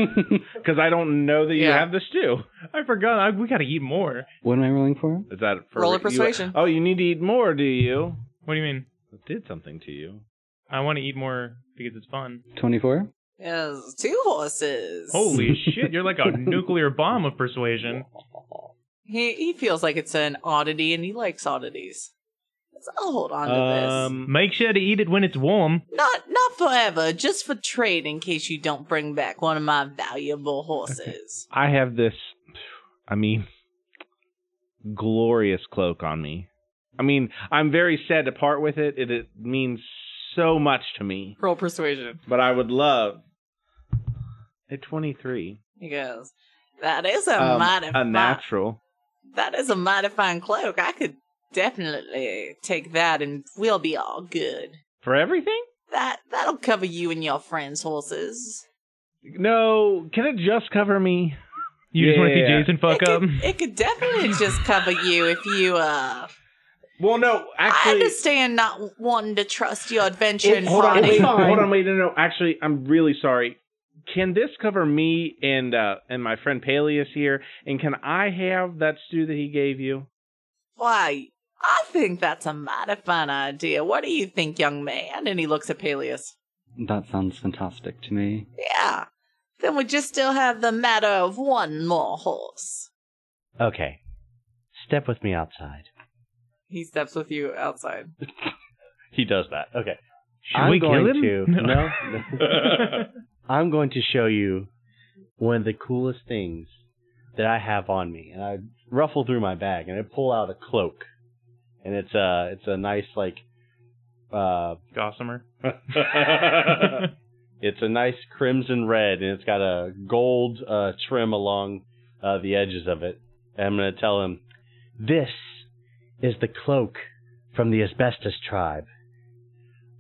S5: Because I don't know that you
S8: Yeah.
S5: have the stew.
S3: I forgot. I, we gotta eat more.
S6: what am I rolling for?
S5: Is that for
S8: Roll a
S5: you-
S8: persuasion.
S5: oh, you need to eat more, do you?
S3: What do you mean?
S5: I did something to you.
S3: I want to eat more because it's fun.
S6: 24?
S8: Yes, two horses.
S5: *laughs*
S3: Holy shit, you're like a nuclear bomb of persuasion.
S8: He he feels like it's an oddity, and he likes oddities. So I'll hold on to
S5: Um,
S3: Make sure to eat it when it's warm.
S8: this. Not not forever, just for trade, in case you don't bring back one of my valuable horses.
S5: I have this. I mean, glorious cloak on me. I mean, I'm very sad to part with it. It, it means so much to me.
S8: Roll persuasion.
S5: But I would love. At 23,
S8: He goes. That is a
S5: um,
S8: mighty
S5: a
S8: fi-
S5: natural.
S8: That is a mighty fine cloak. I could definitely take that, and we'll be all good.
S5: For everything?
S8: That that'll cover you and your friends' horses.
S5: No, can it just cover me?
S3: You just want to see
S5: Yeah.
S3: Jason fuck
S8: it
S3: up?
S8: Could, it could definitely just cover you if you uh
S5: Well, no,
S8: I
S5: actually.
S8: understand not wanting to trust your adventure
S5: It-
S8: and
S5: hold on,
S8: party.
S5: wait,
S9: It's fine.
S5: hold on, wait, no, no. Actually, I'm really sorry. Can this cover me and uh, and my friend Peleus here? And can I have that stew that he gave you?
S8: Why? I think that's a mighty fun idea. What do you think, young man? And he looks at Peleus.
S6: That sounds fantastic to me.
S8: Yeah. Then we just still have the matter of one more horse.
S9: Okay. Step with me outside.
S8: He steps with you outside.
S4: He does that. Okay.
S3: Should
S9: I'm
S3: we kill
S9: going
S3: him?
S9: to.
S4: *laughs*
S9: No. I'm going to show you one of the coolest things that I have on me, and I ruffle through my bag and I pull out a cloak, and it's a it's a nice like uh
S3: Gossamer.
S4: It's a nice crimson red, and it's got a gold uh, trim along uh, the edges of it. And I'm going to tell him,
S9: This is the cloak from the asbestos tribe.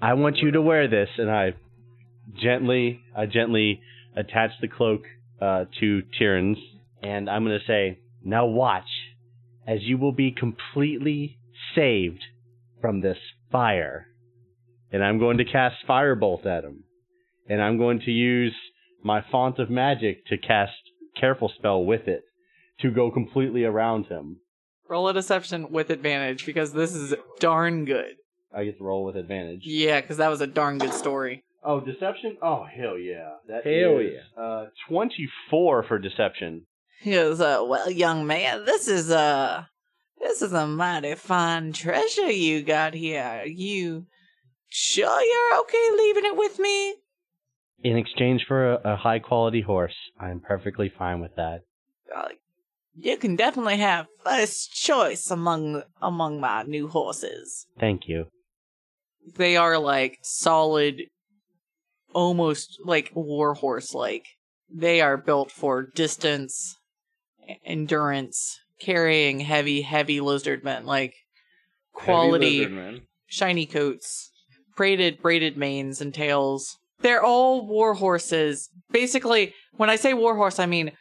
S9: I want you to wear this,
S4: and I gently, I gently attach the cloak uh, to Tyrion's,
S9: and I'm going to say, now watch, as you will be completely saved from this fire.
S4: and I'm going to cast Firebolt at him, and I'm going to use my font of magic to cast Careful Spell with it to go completely around him.
S8: Roll a deception with advantage because this is darn good.
S4: I get to roll with advantage.
S8: Yeah, because that was a darn good story.
S4: Oh, deception? Oh, hell yeah. That
S5: Hell
S4: is, Uh, 24 for deception.
S8: He goes, uh, well, young man, this is a this is a mighty fine treasure you got here. You sure you're okay leaving it with me?
S9: In exchange for a, a high quality horse, I'm perfectly fine with that.
S8: Uh, you can definitely have first choice among among my new horses.
S9: Thank you.
S8: They are like solid
S7: almost like warhorse like. They are built for distance, e- endurance, carrying heavy, heavy lizard men, like quality shiny coats, braided braided manes and tails. They're all war horses. Basically, when I say war horse, I mean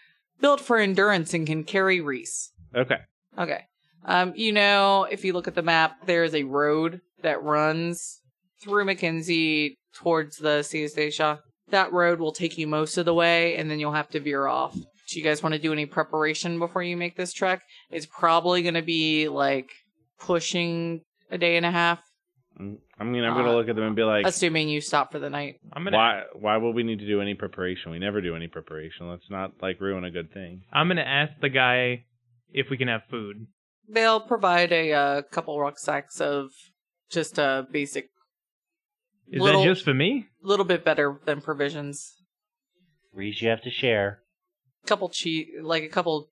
S7: built for endurance and can carry Reese.
S5: Okay.
S7: Okay. Um, you know, if you look at the map, there is a road that runs through McKinsey towards the Sea of Stacia. That road will take you most of the way, and then you'll have to veer off. Do you guys want to do any preparation before you make this trek? It's probably going to be like pushing a day and a half,
S5: Mm, I mean, I'm gonna
S7: Uh,
S5: look at them and be like,
S7: assuming you stop for the night.
S3: I'm gonna
S5: why? Why would we need to do any preparation? We never do any preparation. Let's not like ruin a good thing.
S3: I'm gonna ask the guy if we can have food.
S7: They'll provide a uh, couple rucksacks of just a basic,
S3: Is
S7: Little-
S3: that just for me?
S7: little bit better than provisions.
S4: Reese, you have to share.
S7: Couple cheese, like a couple,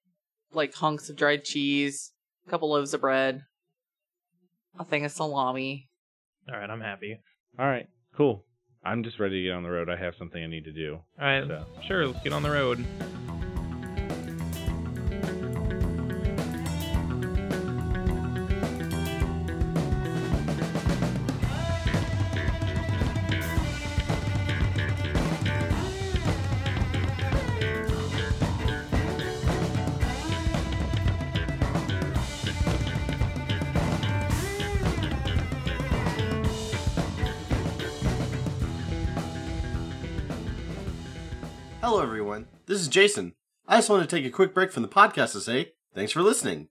S7: like hunks of dried cheese, a couple loaves of bread, a thing of salami.
S3: All right, I'm happy.
S5: All right, cool. I'm just ready to get on the road. I have something I need to do.
S3: All right,
S5: So.
S3: sure, let's get on the road.
S1: Hello, everyone. This is Jason. I just wanted to take a quick break from the podcast to say thanks for listening.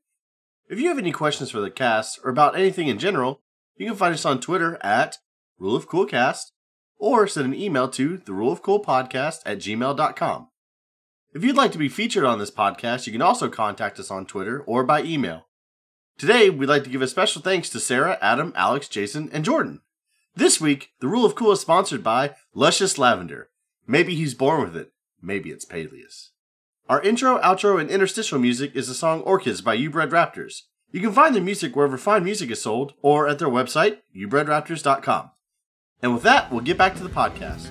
S1: If you have any questions for the cast or about anything in general, you can find us on Twitter at Rule of Cool Cast or send an email to the Rule of Cool Podcast at gmail.com. If you'd like to be featured on this podcast, you can also contact us on Twitter or by email. Today, we'd like to give a special thanks to Sarah, Adam, Alex, Jason, and Jordan. This week, The Rule of Cool is sponsored by Luscious Lavender. Maybe he's born with it. Maybe it's Peleus. Our intro, outro, and interstitial music is the song Orchids by Ubred Raptors. You can find their music wherever fine music is sold or at their website, ubredraptors.com. And with that, we'll get back to the podcast.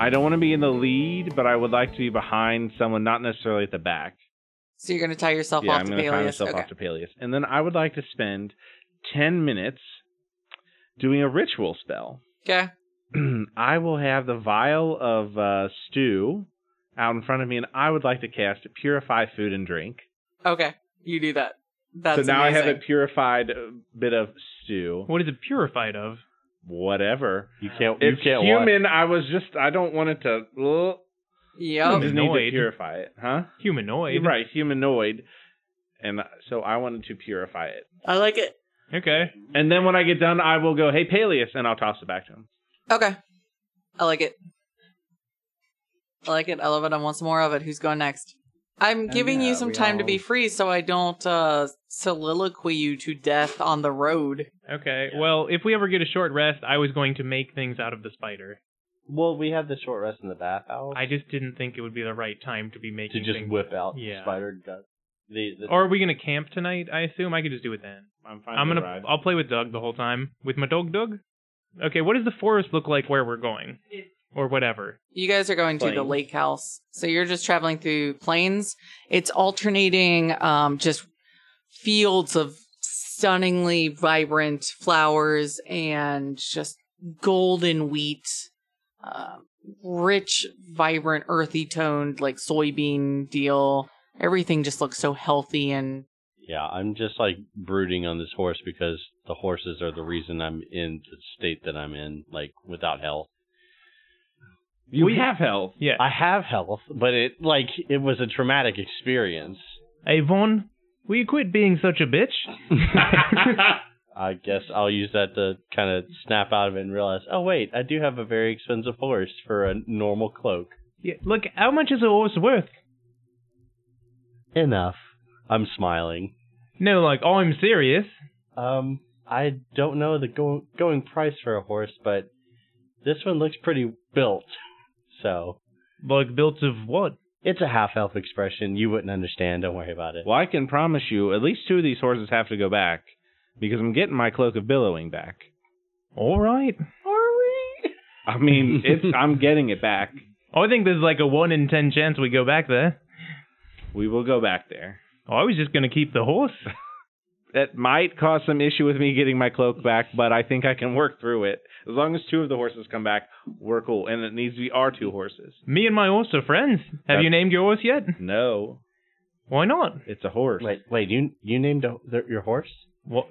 S5: I don't want to be in the lead, but I would like to be behind someone, not necessarily at the back.
S7: So you're gonna tie yourself
S5: yeah,
S7: off
S5: I'm
S7: to
S5: gonna tie
S7: Peleus.
S5: myself
S7: Okay.
S5: off to Peleus, and then I would like to spend ten minutes doing a ritual spell. *clears throat*
S7: okay.
S5: I will have the vial of uh, stew out in front of me, and I would like to cast purify food and drink.
S7: Okay. You do that. That's
S5: so now I have a
S7: amazing.
S5: purified uh, bit of stew.
S3: What is it purified of?
S5: Whatever.
S4: You can't.
S5: it's
S4: you can't
S5: human. I was just. I don't want it to. ugh. I
S7: Yep.
S5: just need to
S3: Humanoid.
S5: purify it, huh?
S3: Humanoid.
S5: You're right, humanoid. And uh, so I wanted to purify it.
S7: I like it.
S3: Okay.
S5: And then when I get done, I will go, "Hey, Peleus," and I'll toss it back to him.
S7: Okay. I like it. I like it. I love it. I want some more of it. Who's going next? I'm giving you
S5: uh,
S10: yeah,
S7: some
S10: we
S7: time to be
S10: all-
S7: free so I don't uh, soliloquy you to death on the road.
S3: Okay. Well, if we ever get a short rest, I was going to make things out of the spider.
S4: Well, we have the short rest in the bathhouse
S3: I just didn't think it would be the right time to be
S4: to
S3: making
S4: just
S3: things.
S4: whip out
S3: Yeah.
S4: spider gut. The, the
S3: Or are we gonna camp tonight? I assume I could just do it then.
S5: I'm fine.
S3: I'm
S5: with
S3: gonna.
S5: Ride.
S3: I'll play with Doug the whole time with my dog, Doug. Okay. What does the forest look like where we're going, or whatever?
S7: You guys are going to the
S5: Plains.
S7: lake house. So you're just traveling through plains. It's alternating um, just fields of stunningly vibrant flowers and just golden wheat, uh, rich, vibrant, earthy toned, like soybean deal. Everything just looks so healthy and
S4: Yeah, I'm just like brooding on this horse because the horses are the reason I'm in the state that I'm in, like without health.
S5: You
S3: we-
S5: have health.
S3: Yeah.
S4: I have health, but it like it was a traumatic experience.
S3: Hey Vaughn, will you quit being such
S5: *laughs*
S3: a bitch?
S4: I guess
S3: Mm-hmm.
S4: I'll use that to kind of snap out of it and realize, oh wait, I do have a very expensive horse for a normal cloak.
S3: Yeah, look, how much is a horse worth?
S9: enough.
S4: I'm smiling.
S3: No, like Oh, I'm serious.
S4: Um, I don't know the go- going price for a horse, but this one looks pretty built. So
S3: Like built of what?
S4: it's a half elf expression. You wouldn't understand. Don't worry about it.
S5: Well, I can promise you, at least two of these horses have to go back because I'm getting my cloak of billowing back.
S3: All right.
S5: I
S3: *laughs*
S5: mean, it's I'm getting it back.
S3: Oh, I think there's like a one in ten chance we go back there.
S5: We will go back there.
S3: Oh, I was just gonna keep the
S5: *laughs*
S3: horse.
S5: That might cause some issue with me getting my cloak back, but I think I can work through it. As long as two of the horses come back, we're cool. And it needs to be our two horses.
S3: Me and my horse are friends. Have
S5: That-
S3: you named your horse yet?
S5: No,
S3: Why not?
S5: it's a horse.
S4: Wait, wait. You you named a, th- your horse?
S3: What?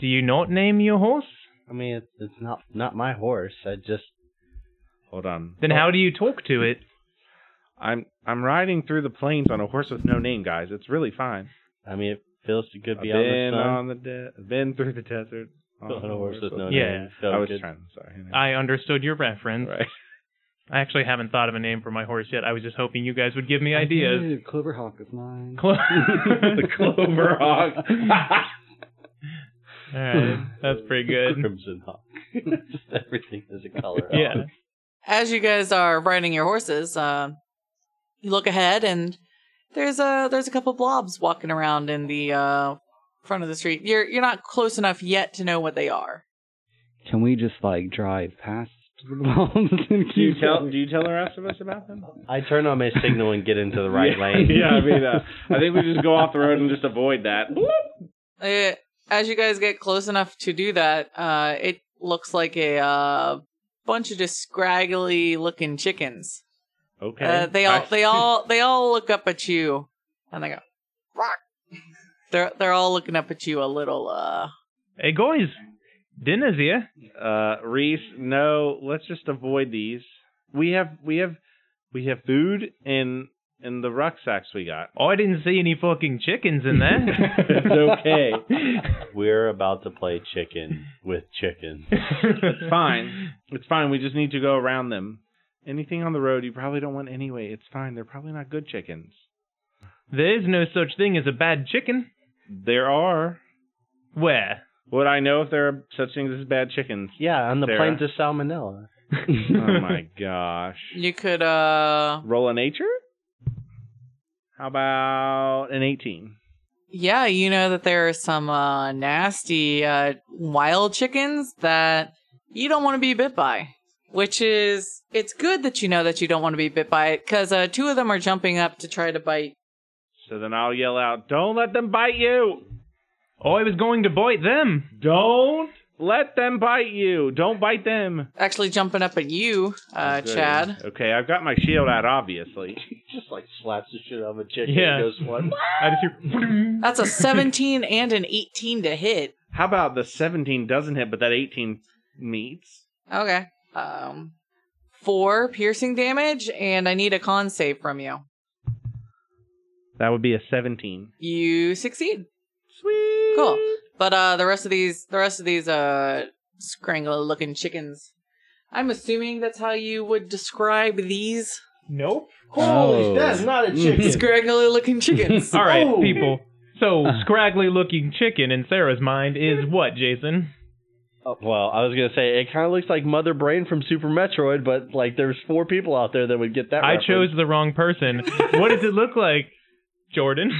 S3: Do you not name your horse?
S4: I mean, it's, it's not not my horse. I just
S5: Hold on.
S3: Then how do you talk to it?
S5: I'm I'm riding through the plains on a horse with no name, guys. It's really fine.
S4: I mean, it feels good
S5: I've
S4: beyond the
S5: been
S4: sun.
S5: on the de- been through the desert
S4: Feels *laughs* on a horse with no
S3: Yeah.
S4: name. Feels
S5: I was
S4: good.
S5: trying. Sorry.
S3: I understood your reference.
S5: Right.
S3: I actually haven't thought of a name for my horse yet. I was just hoping you guys would give me ideas.
S10: Cloverhawk is mine.
S3: Clo-
S5: *laughs* the clover
S6: *laughs*
S5: hog.
S3: All right, that's
S5: *laughs*
S3: pretty good.
S4: Crimson Hawk. Just everything is a color.
S3: Yeah.
S7: as you guys are riding your horses, uh, you look ahead and there's a there's a couple blobs walking around in the uh, front of the street. You're you're not close enough yet to know what they are.
S10: Can we just like drive past the
S6: *laughs*
S10: walls and keep
S5: do you tell
S10: going?
S5: Do you tell the rest of us about them?
S4: I turn on my signal and get into the right
S5: yeah,
S4: lane.
S5: *laughs* Yeah, I mean, uh, I think we just go off the road and just avoid that.
S7: Uh, as you guys get close enough to do that, uh, it looks like a uh, bunch of just scraggly looking chickens.
S5: Okay.
S7: Uh, they all they all they all look up at you and they go, "Rock." They're they're all looking up at you a little. Uh,
S3: Hey guys, dinner's here.
S5: Uh, Reese, no, let's just avoid these. We have we have we have food in in the rucksacks we got.
S3: I didn't see any fucking chickens
S4: *laughs*
S3: in there.
S5: *laughs* it's okay.
S3: *laughs*
S4: We're about to play chicken with chicken.
S5: It's fine. It's fine. We just need to go around them. Anything on the road you probably don't want anyway. It's fine. They're probably not good chickens.
S3: There's no such thing as a bad chicken.
S5: There are.
S3: Where?
S5: Would I know if there are such things as bad chickens?
S4: Yeah, on the
S5: Sarah.
S4: plains of Salmonella.
S5: oh my gosh.
S7: you could uh,
S5: Roll a nature? How about an 18?
S7: Yeah, you know that there are some uh, nasty uh, wild chickens that you don't want to be bit by. Which is, it's good that you know that you don't want to be bit by it because uh, two of them are jumping up to try to bite.
S5: So then I'll yell out, Don't let them bite you!
S3: Oh, I was going to bite them.
S5: Don't let them bite you! Don't bite them!
S7: Actually, jumping up at you, uh,
S5: Good.
S7: Chad.
S5: Okay, I've got my shield out, *laughs* obviously.
S4: Just like slaps the shit out of a chicken
S3: Yeah.
S4: and goes
S5: *laughs*
S4: one.
S3: I just hear.
S7: That's a 17 and an 18 to hit.
S5: How about the 17 doesn't hit, but that 18 meets?
S7: Okay. Um, four piercing damage, and I need a con save from you.
S5: That would be a 17.
S7: You succeed.
S5: Sweet!
S7: Cool. But uh the rest of these the rest of these uh scrangle looking chickens. I'm assuming that's how you would describe these
S3: Nope.
S8: Holy, that's not a
S7: *laughs*
S8: chicken.
S7: scrangly looking chickens.
S3: *laughs* All right,
S8: Oh.
S3: people. So
S5: *laughs*
S3: scraggly looking chicken in Sarah's mind is what, Jason?
S4: Oh, Well, I was gonna say it kind of looks like Mother Brain from Super Metroid, but like there's four people out there that would get that.
S3: I
S4: reference.
S3: chose the wrong person. what does it look like, Jordan?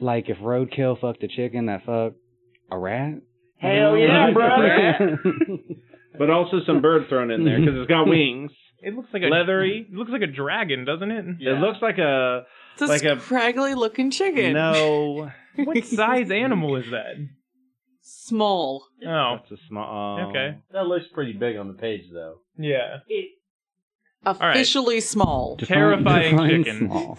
S10: like if roadkill fucked a chicken that fucked a rat?
S8: Hell yeah, brother.
S5: But also some bird thrown in there because it's got wings. *laughs*
S3: It looks like a
S5: Leathery.
S3: *laughs* It looks like a dragon, doesn't it?
S5: It looks like a.
S7: It's a
S5: like a-
S7: scraggly looking chicken.
S5: No.
S7: *laughs*
S3: What size animal is that?
S7: Small.
S3: Oh,
S5: That's a small. oh.
S3: Okay.
S4: That looks pretty big on the page though.
S3: yeah. right.
S7: Officially small.
S10: Define-
S3: Terrifying
S10: define
S3: chicken.
S10: small.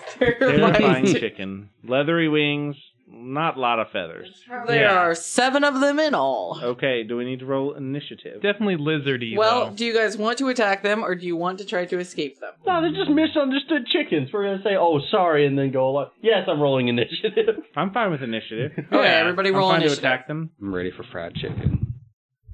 S7: *laughs*
S5: Terrifying
S7: Terrifying.
S5: chicken. Leathery wings, not a lot of feathers.
S7: There
S3: Yeah.
S7: are seven of them in all.
S5: *laughs* Okay, do we need to roll initiative?
S3: Definitely lizardy.
S10: *laughs*
S7: Well,
S3: though.
S7: do you guys want to attack them or do you want to try to escape them?
S4: No, they're just misunderstood chickens. We're gonna say, "Oh, sorry," and then go along. Yes, I'm rolling initiative.
S5: *laughs* I'm fine with initiative.
S7: Okay, everybody
S5: I'm
S7: roll
S5: fine
S7: initiative.
S5: to attack them.
S10: I'm ready for fried chicken.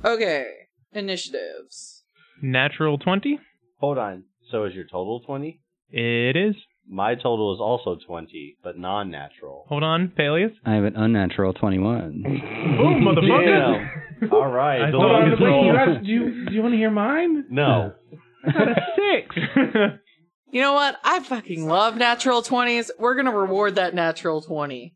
S7: Okay. Initiatives.
S3: natural twenty.
S4: Hold on. So is your total twenty?
S3: It is.
S4: My total is also 20, but non natural.
S3: Hold on, Peleus.
S10: *laughs* I have an unnatural 21.
S3: Boom, motherfucker.
S4: All right.
S3: I
S4: the
S3: thought
S4: longest
S3: I was
S4: roll.
S3: making
S10: *laughs*
S8: Do you, do you want to hear mine?
S4: No.
S3: I got a six.
S7: *laughs* You know what? I fucking love natural 20s. We're going to reward that natural 20.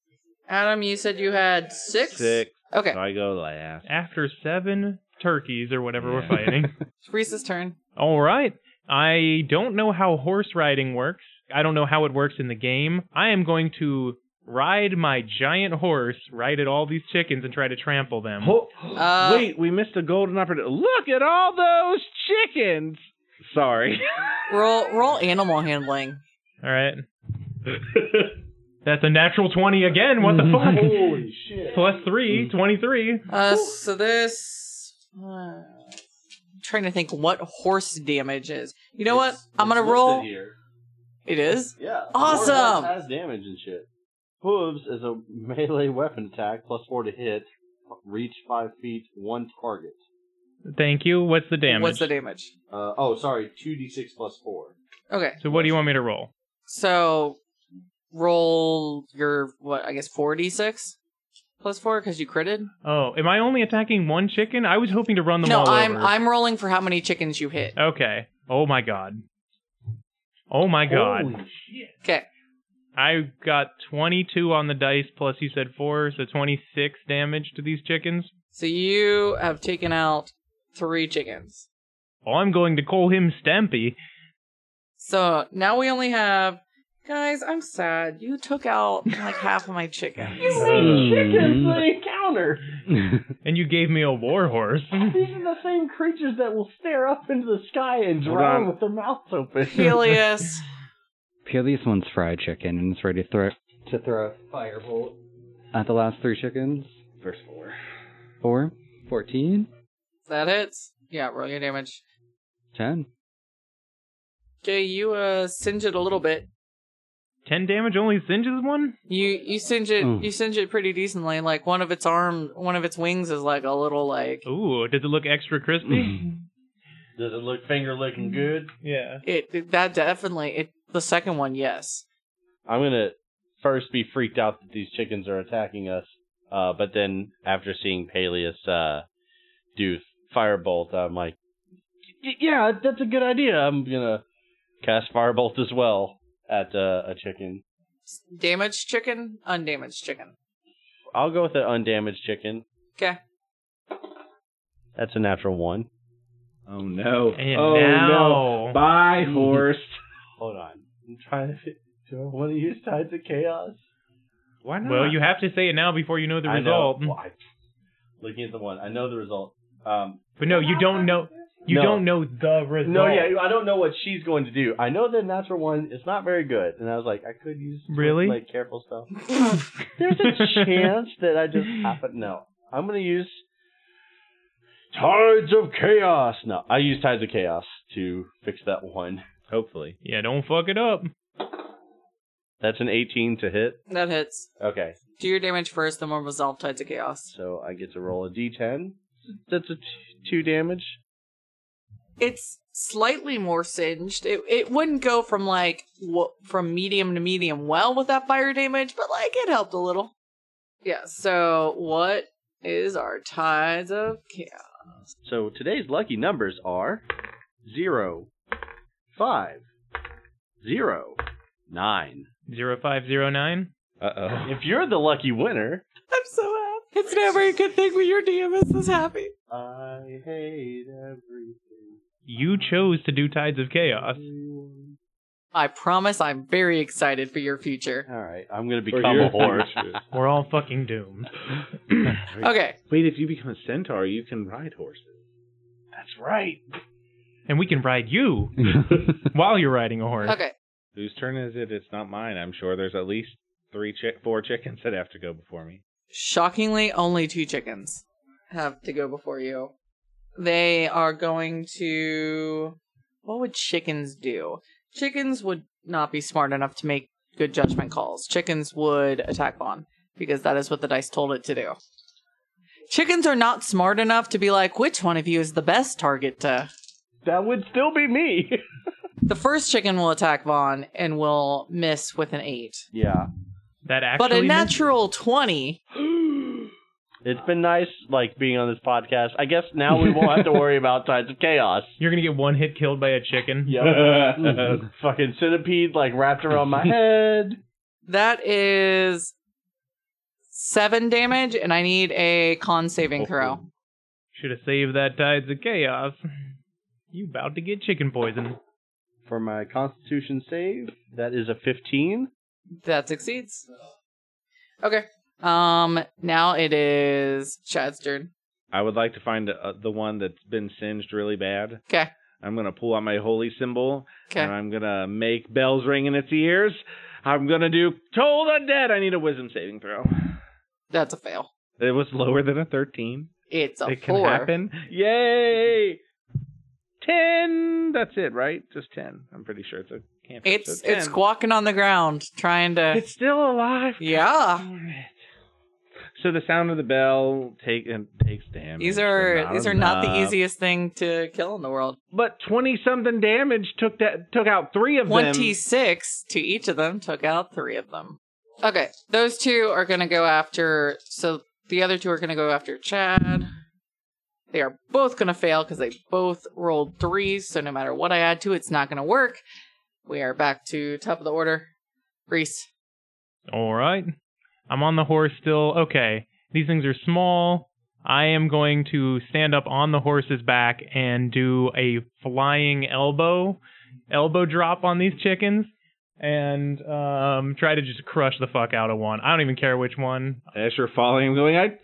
S7: Adam, you said you had six?
S5: Six.
S7: Okay.
S5: So I go last.
S3: After seven turkeys or whatever we're
S5: Yeah.
S3: fighting.
S5: *laughs*
S7: It's Reese's turn.
S3: All right. I don't know how horse riding works. I don't know how it works in the game. I am going to ride my giant horse, ride at all these chickens, and try to trample them.
S5: Ho-
S7: Uh,
S5: Wait, we missed a golden opportunity. Look at all those chickens.
S10: *laughs*
S5: Sorry.
S7: Roll roll animal handling.
S3: *laughs* All right. That's a natural 20 again.
S5: *laughs*
S3: What the fuck?
S8: Holy shit.
S3: Plus three, 23.
S7: Uh, so this. Uh, trying to think what horse damage is. You know what?
S4: It's-
S7: I'm
S4: it's
S7: going to roll.
S4: listed here.
S7: It is?
S4: Yeah.
S7: Awesome.
S4: Warhorse Has damage and shit. Hooves is a melee weapon attack, plus four to hit, reach five feet, one target.
S3: Thank you. What's the damage?
S7: What's the damage?
S4: Uh, oh, sorry, two d6 plus four.
S7: Okay.
S3: so, what do you want me to roll?
S7: So roll your, what, I guess 4d6 plus 4 because you critted?
S3: Oh, am I only attacking one chicken? I was hoping to run them
S7: no,
S3: all
S7: I'm
S3: over.
S7: I'm rolling for how many chickens you hit.
S3: Okay. Oh my god. Oh my god.
S4: Holy
S7: Okay.
S3: I got 22 on the dice, plus you said 4, so 26 damage to these chickens.
S7: So you have taken out three chickens.
S3: Oh, I'm going to call him
S4: *laughs*
S3: Stampy.
S7: So now we only have guys, I'm sad. You took out
S3: *laughs*
S7: like half of my chickens.
S3: Hmm.
S8: Chickens they encounter.
S3: And you gave me a war horse.
S9: These are the same creatures that will stare up into the sky and
S5: Hold
S9: drown
S5: on.
S9: with their mouths open. *laughs*
S3: *laughs*
S7: Helios.
S10: Peel this one's fried chicken and it's ready to throw to throw a firebolt at the last three chickens.
S5: Verse four.
S10: Four, fourteen,
S7: Is that it? Yeah, roll your damage.
S10: ten.
S7: Okay, you uh singe it a little bit.
S3: 10 damage only singes one?
S7: You you singe it
S10: Mm.
S3: Hmm.
S7: you singe it pretty decently. Like one of its arm one of its wings is like a little like
S3: Ooh, does it look extra crispy?
S4: *laughs* Does it look finger licking good?
S3: yeah.
S7: it that definitely it the second one, yes.
S4: I'm gonna first be freaked out that these chickens are attacking us, uh, but then after seeing Peleus uh, do firebolt, I'm like, "Y- yeah, that's a good idea. I'm gonna cast firebolt as well at uh, a chicken.
S7: Damaged chicken, undamaged chicken.
S4: I'll go with an undamaged chicken.
S7: Okay.
S4: That's a natural one.
S8: Oh no.
S3: And
S8: oh
S3: now.
S8: no.
S4: *laughs*
S8: Bye, horse.
S4: Hold on, I'm trying to. Do I want to use Tides of Chaos?
S5: Why not?
S3: Well, you have to say it now before you know the
S4: I know-
S3: result. Mm.
S4: well, I- looking at the one, I know the result. Um,
S3: But no, you don't know. You
S4: No.
S3: don't know the result.
S4: No, yeah, I don't know what she's going to do. I know the natural one is not very good, and I was like, I could use some,
S3: Really?
S4: like careful stuff. *laughs* There's a chance that I just happen. No, I'm gonna use tides of chaos. No, I use tides of chaos to fix that one.
S5: Hopefully.
S3: Yeah, don't fuck it up.
S4: That's an 18 to hit.
S7: That hits.
S4: Okay,
S7: Do your damage first, then we'll resolve Tides of Chaos.
S4: so I get to roll a d10. That's a t- two damage.
S7: It's slightly more singed. It it wouldn't go from like w- from medium to medium well with that fire damage, but like it helped a little. Yeah. So what is our Tides of Chaos?
S4: So today's lucky numbers are zero, five, zero, nine.
S3: 0509.
S5: Uh
S4: *laughs*
S5: oh.
S4: If you're the lucky winner,
S7: I'm so happy. It's never a good thing when your DM is this happy.
S4: I hate everything.
S3: You chose to do Tides of Chaos.
S7: I promise, I'm very excited for your future.
S4: All right, I'm gonna become a horse.
S3: We're all fucking
S5: *coughs*
S3: doomed.
S7: Okay.
S5: Wait, if you become a centaur, you can ride horses.
S4: That's right.
S3: And we can
S10: *laughs*
S3: ride you while you're riding a horse.
S7: Okay.
S5: Whose turn is it? It's not mine. I'm sure there's at least three, chi- four chickens that have to go before me.
S7: Shockingly, only two chickens have to go before you. They are going to. What would chickens do? Chickens would not be smart enough to make good judgment calls. Chickens would attack on because that is what the dice told it to do. Chickens are not smart enough to be like, which one of you is the best target to.
S9: That would still be me.
S7: *laughs* The first chicken will attack Vaughn and will miss with an eight.
S4: Yeah.
S3: *laughs* That actually.
S7: But a
S3: means-
S7: natural 20.
S4: It's been nice, like, being on this podcast. I guess now we won't have to worry about Tides of Chaos.
S3: *laughs* You're gonna get one hit killed by a chicken.
S4: *laughs* Yep.
S5: *laughs*
S4: Fucking centipede, like, wrapped around my
S3: *laughs*
S4: head.
S7: *laughs* That is seven damage, and I need a con
S5: Oh.
S7: saving throw.
S3: Should have saved that Tides of Chaos. You about to get chicken poison.
S4: For my constitution save, that is a 15.
S7: That succeeds. Okay. Um. Now it is Chad's turn.
S5: I would like to find uh, the one that's been singed really bad.
S7: 'Kay.
S5: I'm gonna pull out my holy symbol
S7: Okay.
S5: and I'm gonna make bells ring in its ears. I'm gonna do told undead. I need a wisdom saving throw.
S7: That's a fail.
S5: It was lower than a 13.
S7: It's a
S5: it can
S7: four.
S5: happen. Yay! 10. That's it, right? Just 10. I'm pretty sure it's a cantrip.
S7: It's
S5: so
S7: it's
S5: 10.
S7: squawking on the ground, trying to.
S5: It's still alive.
S7: yeah.
S5: Darn it. So the sound of the bell take and takes damage.
S7: These
S5: but
S7: are these are not the
S5: enough.
S7: easiest thing to kill in the world.
S5: But twenty something damage took that took out three of them.
S7: 26 to each of them took out three of them. Okay, those two are going to go after. So the other two are going to go after Chad. They are both going to fail because they both rolled threes. So no matter what I add to, it's not going to work. We are back to top of the order. Reese.
S3: All right. I'm on the horse still. Okay. These things are small. I am going to stand up on the horse's back and do a flying elbow, elbow drop on these chickens, and um, try to just crush the fuck out of one. I don't even care which one.
S5: As you're falling, I'm going. I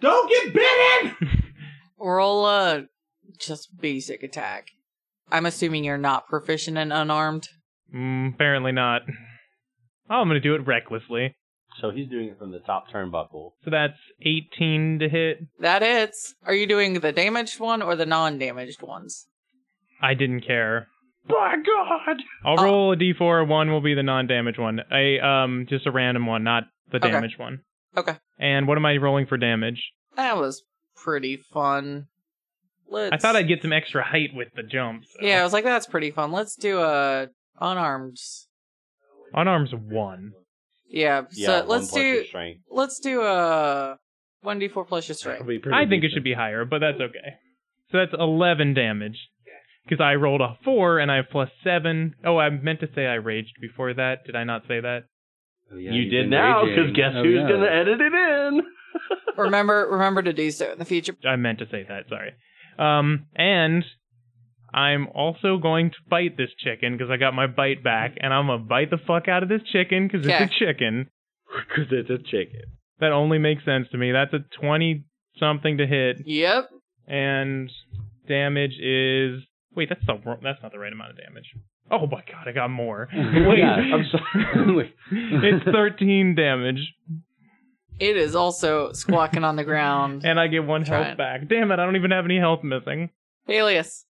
S5: don't get bitten.
S7: *laughs* Roll a just basic attack. I'm assuming you're not proficient and unarmed.
S3: Mm, apparently not. Oh, I'm gonna do it recklessly.
S4: So he's doing it from the top turnbuckle.
S3: So that's 18 to hit.
S7: That hits. Are you doing the damaged one or the non damaged ones?
S3: I didn't care.
S5: My God.
S3: I'll
S7: Oh.
S3: roll a d4. One will be the non-damage one. A um, just a random one, not the
S7: Okay.
S3: damage one.
S7: Okay.
S3: And what am I rolling for damage?
S7: That was pretty fun. Let's,
S3: I thought I'd get some extra height with the jumps.
S7: Yeah, I was like, that's pretty fun. Let's do a unarmed.
S3: Unarms one.
S7: Yeah. So
S4: Yeah, one
S7: let's
S4: plus
S7: do
S4: your strength.
S7: let's do a one d four plus your strength.
S3: I think it should be higher, but that's okay. So that's 11 damage. Because I rolled a 4 and I have plus 7. Oh, I meant to say I raged before that. Did I not say that?
S4: you did now, because guess
S7: Oh,
S3: Oh,
S4: who's going to edit it
S3: *laughs*
S4: in?
S7: *laughs* remember, remember to do so in the future.
S3: I meant to say that, sorry. Um, and I'm also going to bite this chicken because I got my bite back, and I'm going to bite the fuck out of this chicken because
S7: Okay.
S3: it's a chicken.
S5: Because it's a chicken.
S3: That only makes sense to me. That's a 20 something to hit.
S7: Yep.
S3: and damage is wait that's the wrong, that's not the right amount of damage oh my god i got more wait
S10: Yeah, I'm
S3: *laughs*
S10: sorry.
S3: it's 13 damage
S7: It is also squawking on the ground.
S3: *laughs* and i get one
S7: Try
S3: health
S7: it.
S3: back damn it i don't even have any health missing
S7: Alias,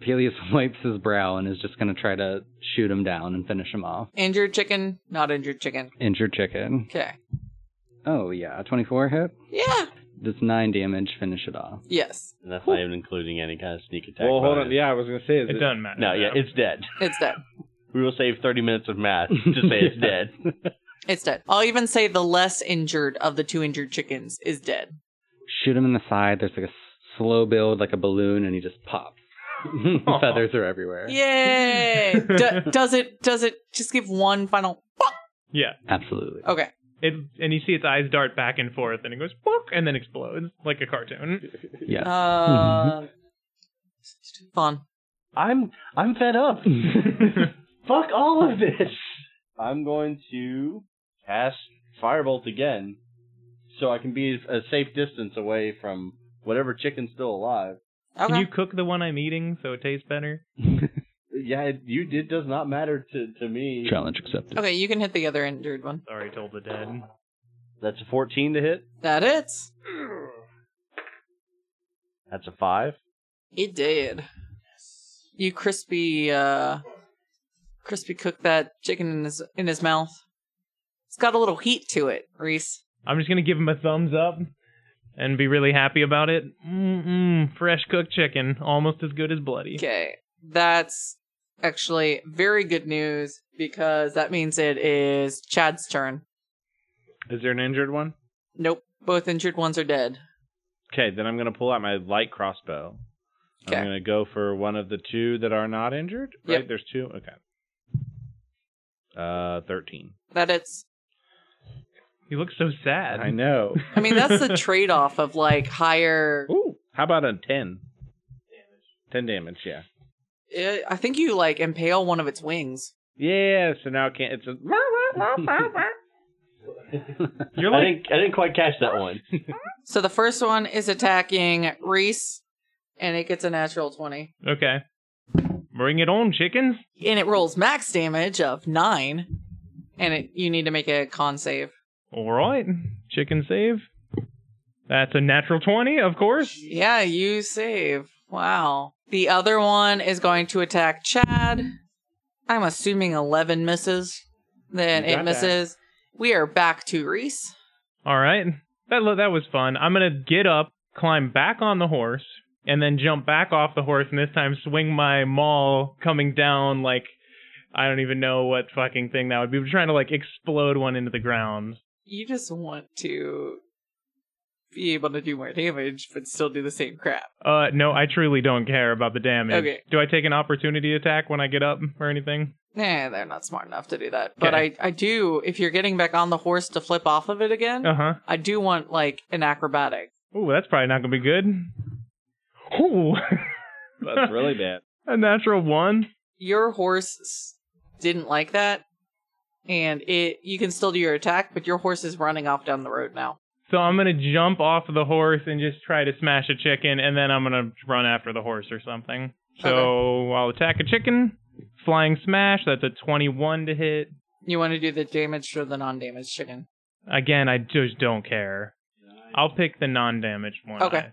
S10: Peleus wipes his brow and is just going to try to shoot him down and finish him off.
S7: injured chicken, not injured chicken.
S10: Injured chicken.
S7: Okay.
S10: Oh, yeah. 24 hit?
S7: Yeah.
S10: That's 9 damage. Finish it off.
S7: Yes.
S4: And that's not even including any kind of sneak attack.
S5: Well, hold
S4: bonus.
S5: on. Yeah, I was gonna say. Is
S3: it
S5: it,
S3: doesn't matter
S4: No, yeah,
S3: though.
S4: it's dead.
S7: It's dead.
S4: We will save 30 minutes
S10: *laughs*
S4: of math to say it's dead.
S7: It's dead. I'll even say the less injured of the two injured chickens is dead.
S3: *laughs*
S10: Shoot him in the side. There's like a s- slow build, like a balloon, and he just pops. *laughs* Feathers are everywhere.
S7: Yay! Do, does it? Does it? Just give one final.
S3: yeah
S10: Absolutely.
S7: Okay.
S3: it and you see its eyes dart back and forth and it goes book and then explodes like a cartoon
S10: Yeah.
S7: Uh, fun.
S9: I'm I'm fed up. Fuck all of this.
S4: I'm going to cast Firebolt again so I can be a safe distance away from whatever chicken's still alive.
S7: Okay.
S3: can you cook the one i'm eating so it tastes better
S4: Yeah, it- you did does not matter to, to me.
S10: Challenge accepted.
S7: okay, you can hit the other injured one.
S3: sorry told the dead
S4: That's a 14 to hit.
S7: That hits.
S4: That's a 5.
S7: It did. You crispy, uh, crispy cook that chicken in his in his mouth. It's got a little heat to it, Reese.
S3: i'm just gonna give him a thumbs up and be really happy about Mm-hmm. Mmm, it. Mm-mm, fresh cooked chicken, almost as good as bloody.
S7: Okay, that's actually very good news because that means it is Chad's turn.
S5: Is there an injured one?
S7: Nope. Both injured ones are dead.
S5: Okay, then I'm going to pull out my light crossbow.
S7: Okay.
S5: I'm going to go for one of the two that are not injured.
S7: Yep.
S5: Right? There's two? Okay. Uh, 13.
S7: That it's
S3: He looks so sad.
S5: I
S3: *laughs*
S5: know.
S7: I mean that's the trade off of like higher
S5: Ooh, how about a 10? Damage. 10 damage, yeah.
S7: Eh, I think you like impale one of its wings.
S5: Yeah, so now it can't. It's a.
S3: You're
S4: I
S3: like
S4: didn't, I didn't quite catch that one.
S7: *laughs* So the first one is attacking Reese and it gets a natural 20.
S3: okay. Bring it on, chickens.
S7: And it rolls max damage of 9 and it you need to make a con save.
S3: All right, chicken save. That's a natural twenty, of course.
S7: Yeah, you save. Wow. The other one is going to attack Chad. I'm assuming 11 misses. Then
S5: You got
S7: it misses. We are back to Reese.
S3: All right, that lo- that was fun. I'm gonna get up, climb back on the horse, and then jump back off the horse, and this time swing my maul coming down like I don't even know what fucking thing that would be. We're trying to like explode one into the ground.
S7: You just want to be able to do more damage, but still do the same crap.
S3: Uh, no, I truly don't care about the damage.
S7: Okay.
S3: Do I take an opportunity attack when I get up or anything?
S7: Nah, Eh, they're not smart enough to do that. But I,
S3: Okay.
S7: I do, if you're getting back on the horse to flip off of it again,
S3: Uh huh.
S7: I do want like an acrobatic.
S3: Ooh, that's probably not gonna be good. Ooh,
S5: That's really bad.
S3: *laughs* a natural one.
S7: Your horse s- didn't like that. And it, you can still do your attack, but your horse is running off down the road now.
S3: So I'm gonna jump off of the horse and just try to smash a chicken, and then I'm gonna run after the horse or something. So I'll attack a chicken, flying smash. That's a 21 to hit.
S7: You want to do the damage or the non-damage chicken?
S3: Again, I just don't care. I'll pick the non-damaged one.
S7: Okay.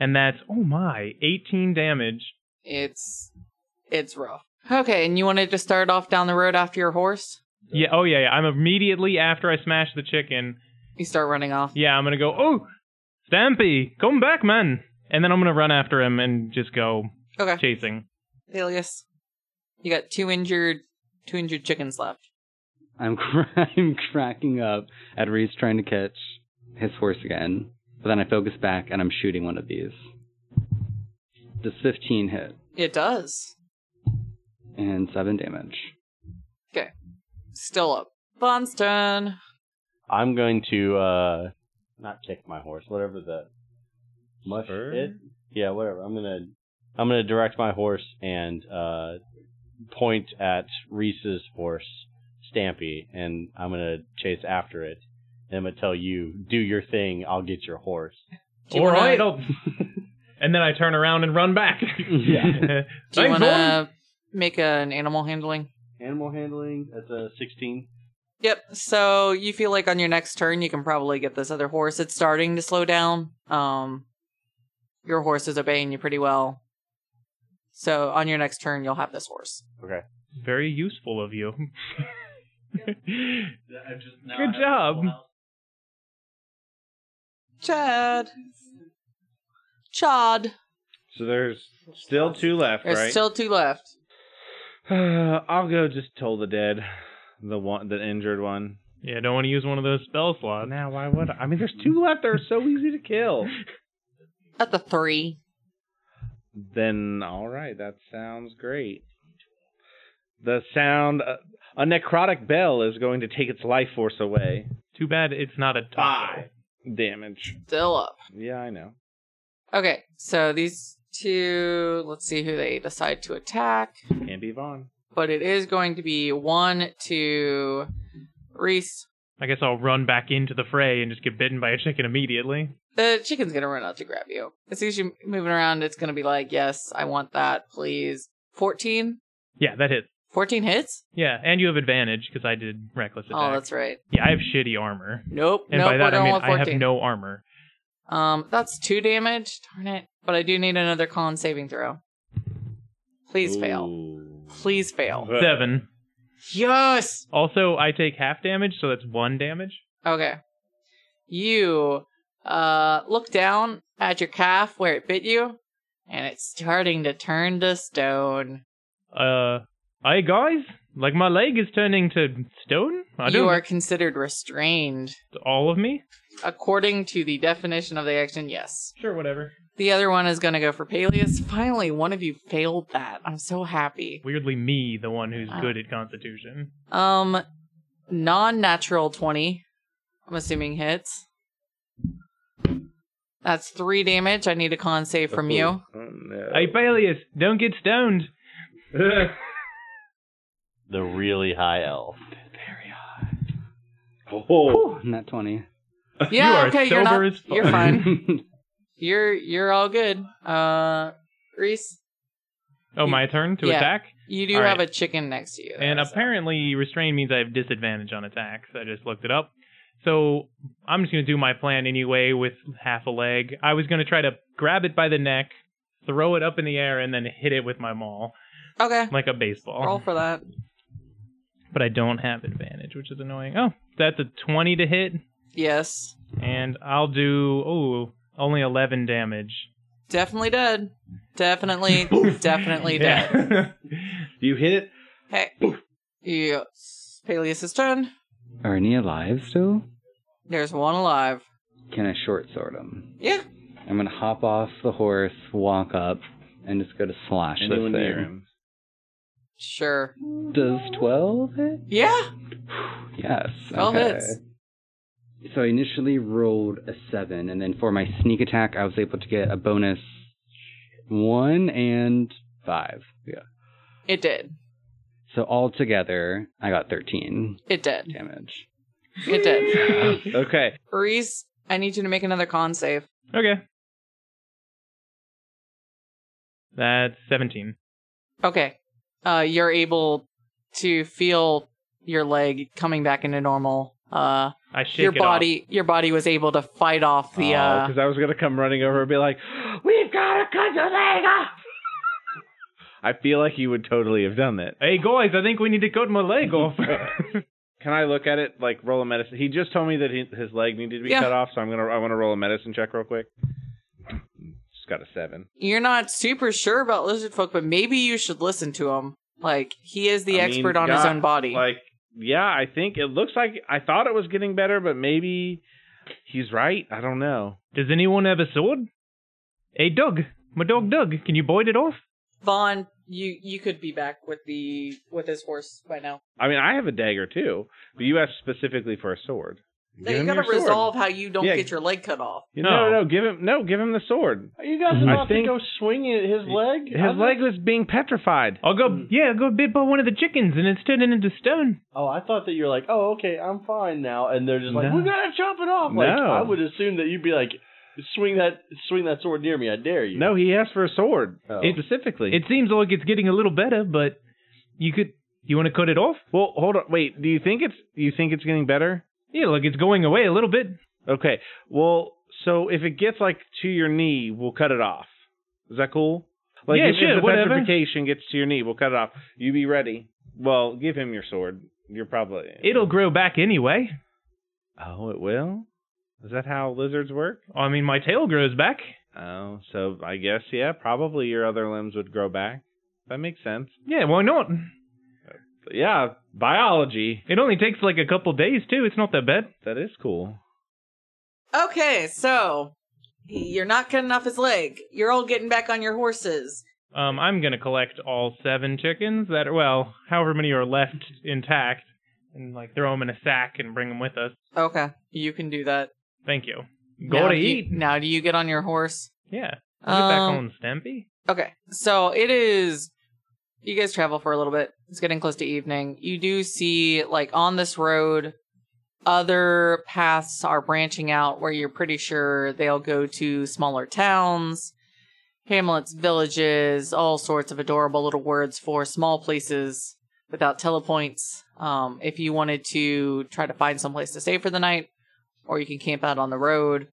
S3: And that's oh my, 18 damage.
S7: It's, it's rough. Okay, and you wanted to start off down the road after your horse?
S3: Yeah. Oh yeah. yeah. I'm immediately after I smash the chicken.
S7: You start running off.
S3: Yeah, I'm gonna go. Oh, Stampy, come back, man! And then I'm gonna run after him and just go
S7: Okay.
S3: chasing.
S7: Alias. You got two injured, two injured chickens left.
S10: I'm cr- *laughs* I'm cracking up at Reese trying to catch his horse again, but then I focus back and I'm shooting one of these. Does 15 hit
S7: It does.
S10: and seven damage?
S7: Still up. Bon's turn.
S4: I'm going to uh not kick my horse, whatever the mush
S5: Spur?
S4: it. Yeah, whatever. I'm gonna I'm gonna direct my horse and uh point at Reese's horse, Stampy, and I'm gonna chase after it. And I'm gonna tell you, do your thing, I'll get your horse.
S7: Do you
S3: All
S7: wanna-
S3: right, I'll- *laughs* and then I turn around and run back.
S4: Yeah.
S3: *laughs*
S7: Do you
S3: Thanks,
S7: want to make an animal handling?
S4: Animal handling, that's a sixteen.
S7: Yep. So you feel like on your next turn you can probably get this other horse. It's starting to slow down. Um, your horse is obeying you pretty well. So on your next turn you'll have this horse.
S3: Very useful of you. Good job.
S7: Chad. Chad.
S5: So there's still two left,
S7: There's
S5: right?
S7: still two left.
S5: *sighs* I'll go just toll the dead, the one, the injured one.
S3: Yeah, don't want to use one of those spell slots.
S5: Now, why would I? I mean, there's two left. They're so easy
S7: *laughs*
S5: to kill.
S7: At the three.
S5: Then, all right, that sounds great. The sound, uh, a necrotic bell is going to take its life force away.
S3: Too bad it's not a taco.
S5: Damage.
S7: Still up.
S5: Yeah, I know.
S7: Okay, so these two, let's see who they decide to attack.
S5: Can't be Vaughn.
S7: But it is going to be one to Reese.
S3: I guess I'll run back into the fray and just get bitten by a chicken immediately.
S7: The chicken's gonna run out to grab you. As soon as you're moving around, it's gonna be like, yes, I want that, please. 14?
S3: Yeah, that hits.
S7: 14 hits?
S3: Yeah, and you have advantage because I did reckless attack.
S7: Oh, that's right.
S3: Yeah, I have shitty armor,
S7: Nope,
S3: and
S7: nope,
S3: by
S7: we're
S3: that I
S7: going
S3: mean
S7: with
S3: I
S7: 14.
S3: have no armor.
S7: Um, that's two damage. Darn it. But I do need another con saving throw. Please fail. Please fail.
S3: *laughs* Seven.
S7: Yes!
S3: Also, I take half damage, so that's one damage.
S7: Okay. You uh look down at your calf where it bit you, and it's starting to turn to stone.
S3: Uh, hey guys, like my leg is turning to stone. I
S7: you
S3: don't.
S7: are considered restrained.
S3: All of me.
S7: According to the definition of the action, yes.
S3: Sure, whatever.
S7: The other one is going to go for Peleus. Finally, one of you failed that. I'm so happy.
S3: Weirdly, me, the one who's
S7: Wow.
S3: good at Constitution.
S7: Um, non-natural 20. I'm assuming hits. That's three damage. I need a con save from you.
S8: Oh, no.
S3: Hey, Peleus, don't get
S8: *laughs*
S3: stoned.
S4: The really high elf.
S8: oh.
S10: Not
S3: *laughs*
S10: 20.
S7: Yeah,
S3: are
S7: okay, you're
S3: sober
S7: not.
S3: as fuck.
S7: You're
S3: *laughs*
S7: fine. You're you're all good. Uh, Reese,
S3: Oh, my turn to
S7: Yeah.
S3: attack.
S7: you do
S3: All right.
S7: have a chicken next to you.
S3: And
S7: though, so-
S3: apparently, restrain means I have disadvantage on attacks. I just looked it up. So I'm just going to do my plan anyway with half a leg. I was going to try to grab it by the neck, throw it up in the air, and then hit it with my maul
S7: okay,
S3: like a baseball.
S10: Oh.
S7: roll for that.
S3: But I don't have advantage, which is annoying. Oh, that's a 20 to hit,
S7: Yes,
S3: and I'll do oh only 11 damage.
S7: definitely dead.
S3: *laughs*
S7: Definitely, definitely dead.
S3: Yeah.
S8: You hit it?
S7: Hey,
S3: *laughs*
S7: you. Peleus' turn.
S10: Are any alive still?
S7: There's one alive.
S10: Can I short sword him?
S7: Yeah.
S10: I'm gonna hop off the horse, walk up, and just go to slash
S8: Anyone
S10: this
S8: near
S10: thing.
S8: him?
S7: Sure.
S10: Does 12 hit?
S7: Yeah.
S10: Yes.
S7: 12
S10: okay.
S7: hits.
S10: So I initially rolled a 7, and then for my sneak attack, I was able to get a bonus 1 and 5. Yeah.
S7: It did.
S10: So altogether, I got
S7: *laughs*
S10: 13
S7: It did.
S10: damage.
S7: It did.
S8: Okay.
S7: Reese, I need you to make another con save.
S3: okay. That's 17.
S7: Okay. Uh, you're able to feel your leg coming back into normal. Uh,
S3: I shake
S7: your
S3: it off.
S7: body, your body was able to fight off the. uh,
S5: Because Oh, I was gonna come running over and be like, *gasps* "We've got to cut your leg off." I feel like you would totally have done that.
S3: Hey guys, I think we need to cut my leg off.
S5: *laughs* Can I look at it like roll a medicine? He just told me that he, his leg needed to be
S7: Yeah.
S5: cut off, so I'm gonna I want to roll a medicine check real quick. Just got a seven.
S7: you're not super sure about lizard folk, but maybe you should listen to him. Like he is the
S5: I mean,
S7: expert on his
S5: yeah,
S7: own body.
S5: Like, yeah, I think it looks like I thought it was getting better, but maybe he's right. I don't know.
S3: Does anyone have a sword? Hey Doug, my dog Doug, can you bite it off?
S7: Vaughn, you you could be back with the with his horse by now.
S5: I mean, I have a dagger too, but you asked specifically for a sword.
S7: Now you
S5: him
S7: gotta
S5: your sword.
S7: resolve how you don't
S5: Yeah.
S7: get your leg cut off.
S5: You-
S3: No.
S5: No, no, give him no, give him the sword.
S8: You guys
S5: I
S8: about
S5: think-
S8: to go swing at his leg?
S5: His
S8: I'm-
S5: leg was being petrified.
S3: I'll go
S8: Mm.
S3: yeah, I'll go bit by one of the chickens and it's turning into stone.
S8: Oh, I thought that you were like, oh, okay, I'm fine now, and they're just like,
S3: No.
S8: we gotta chop it off. Like,
S5: No.
S8: I would assume that you'd be like, swing that, swing that sword near me, I dare you.
S5: No, he asked for a sword
S4: Oh.
S8: It-
S5: Oh. specifically.
S3: It seems like it's getting a little better, but you could you wanna cut it off?
S5: well, hold on. Wait, do you think it's do you think it's getting better?
S3: Yeah, like it's going away a little bit.
S5: Okay. Well, so if it gets like to your knee, we'll cut it off. Is that cool? Like
S3: Yeah,
S5: if, if
S3: sure,
S5: the
S3: whatever.
S5: petrification gets to your knee, we'll cut it off. You be ready. Well, give him your sword. You're probably
S3: It'll grow back anyway.
S5: Oh, it will? Is that how lizards work?
S3: I mean my tail grows back.
S5: Oh, so I guess yeah, probably your other limbs would grow back. That makes sense.
S3: Yeah, why not?
S5: But yeah, biology.
S3: It only takes like a couple days too, it's not that bad.
S5: That is cool.
S7: Okay, so you're not cutting off his leg. You're all getting back on your horses.
S3: Um, I'm gonna collect all seven chickens that are, well, however many are left intact, and like throw them in a sack and bring them with us.
S7: Okay, you can do that.
S3: Thank you. Go
S7: Now
S3: to
S7: do you-
S3: eat.
S7: now do you get on your horse?
S3: Yeah. We'll Get back
S7: Um,
S3: on Stampy.
S7: Okay, so it is. You guys travel for a little bit. It's getting close to evening. You do see, like, on this road, other paths are branching out where you're pretty sure they'll go to smaller towns, hamlets, villages, all sorts of adorable little words for small places without telepoints. Um, if you wanted to try to find someplace to stay for the night, or you can camp out on the road,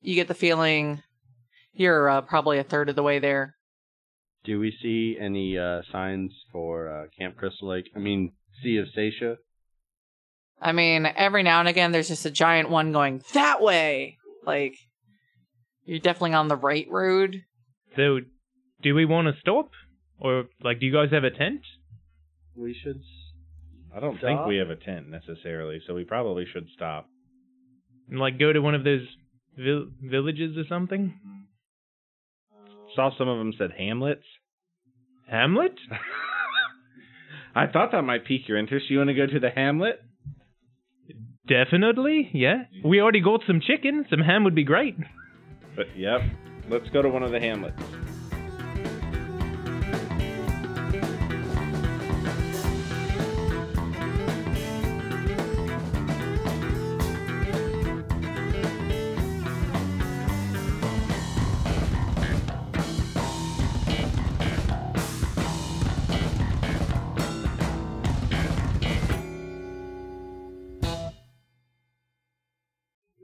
S7: you get the feeling you're uh, probably a third of the way there.
S4: Do we see any uh, signs for uh, Camp Crystal Lake? I mean, Sea of Satia?
S7: I mean, every now and again, there's just a giant one going that way. Like, you're definitely on the right road.
S3: So, do we want to stop? Or like, do you guys have a tent?
S8: We should.
S5: I don't think we have a tent necessarily, so we probably should stop.
S3: And like, go to one of those vil- villages or something?
S5: Saw some of them said Hamlets.
S3: Hamlet?
S5: *laughs* I thought that might pique your interest. You want to go to the Hamlet?
S3: Definitely, yeah. We already got some chicken. Some ham would be great.
S5: But yep. Let's go to one of the Hamlets.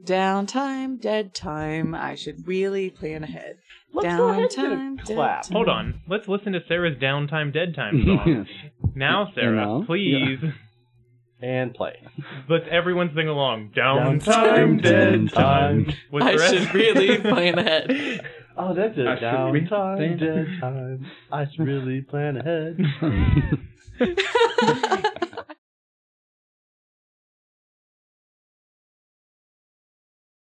S7: Downtime, dead time. I should really plan ahead.
S8: Let's go ahead and
S7: Downtime,
S8: clap.
S7: downtime.
S3: Hold on. Let's listen to Sarah's downtime dead time *laughs* song. now, Sarah,
S10: now?
S3: please.
S4: And play.
S3: Let's everyone sing along.
S8: Downtime,
S3: Downtime
S8: dead
S3: dead
S8: time.
S3: time. With
S7: I
S3: the rest-
S7: should
S3: *laughs*
S7: really plan ahead.
S8: Oh, that's
S5: I
S8: it.
S5: should read
S8: Downtime,
S5: the
S8: dead time. I should really plan ahead.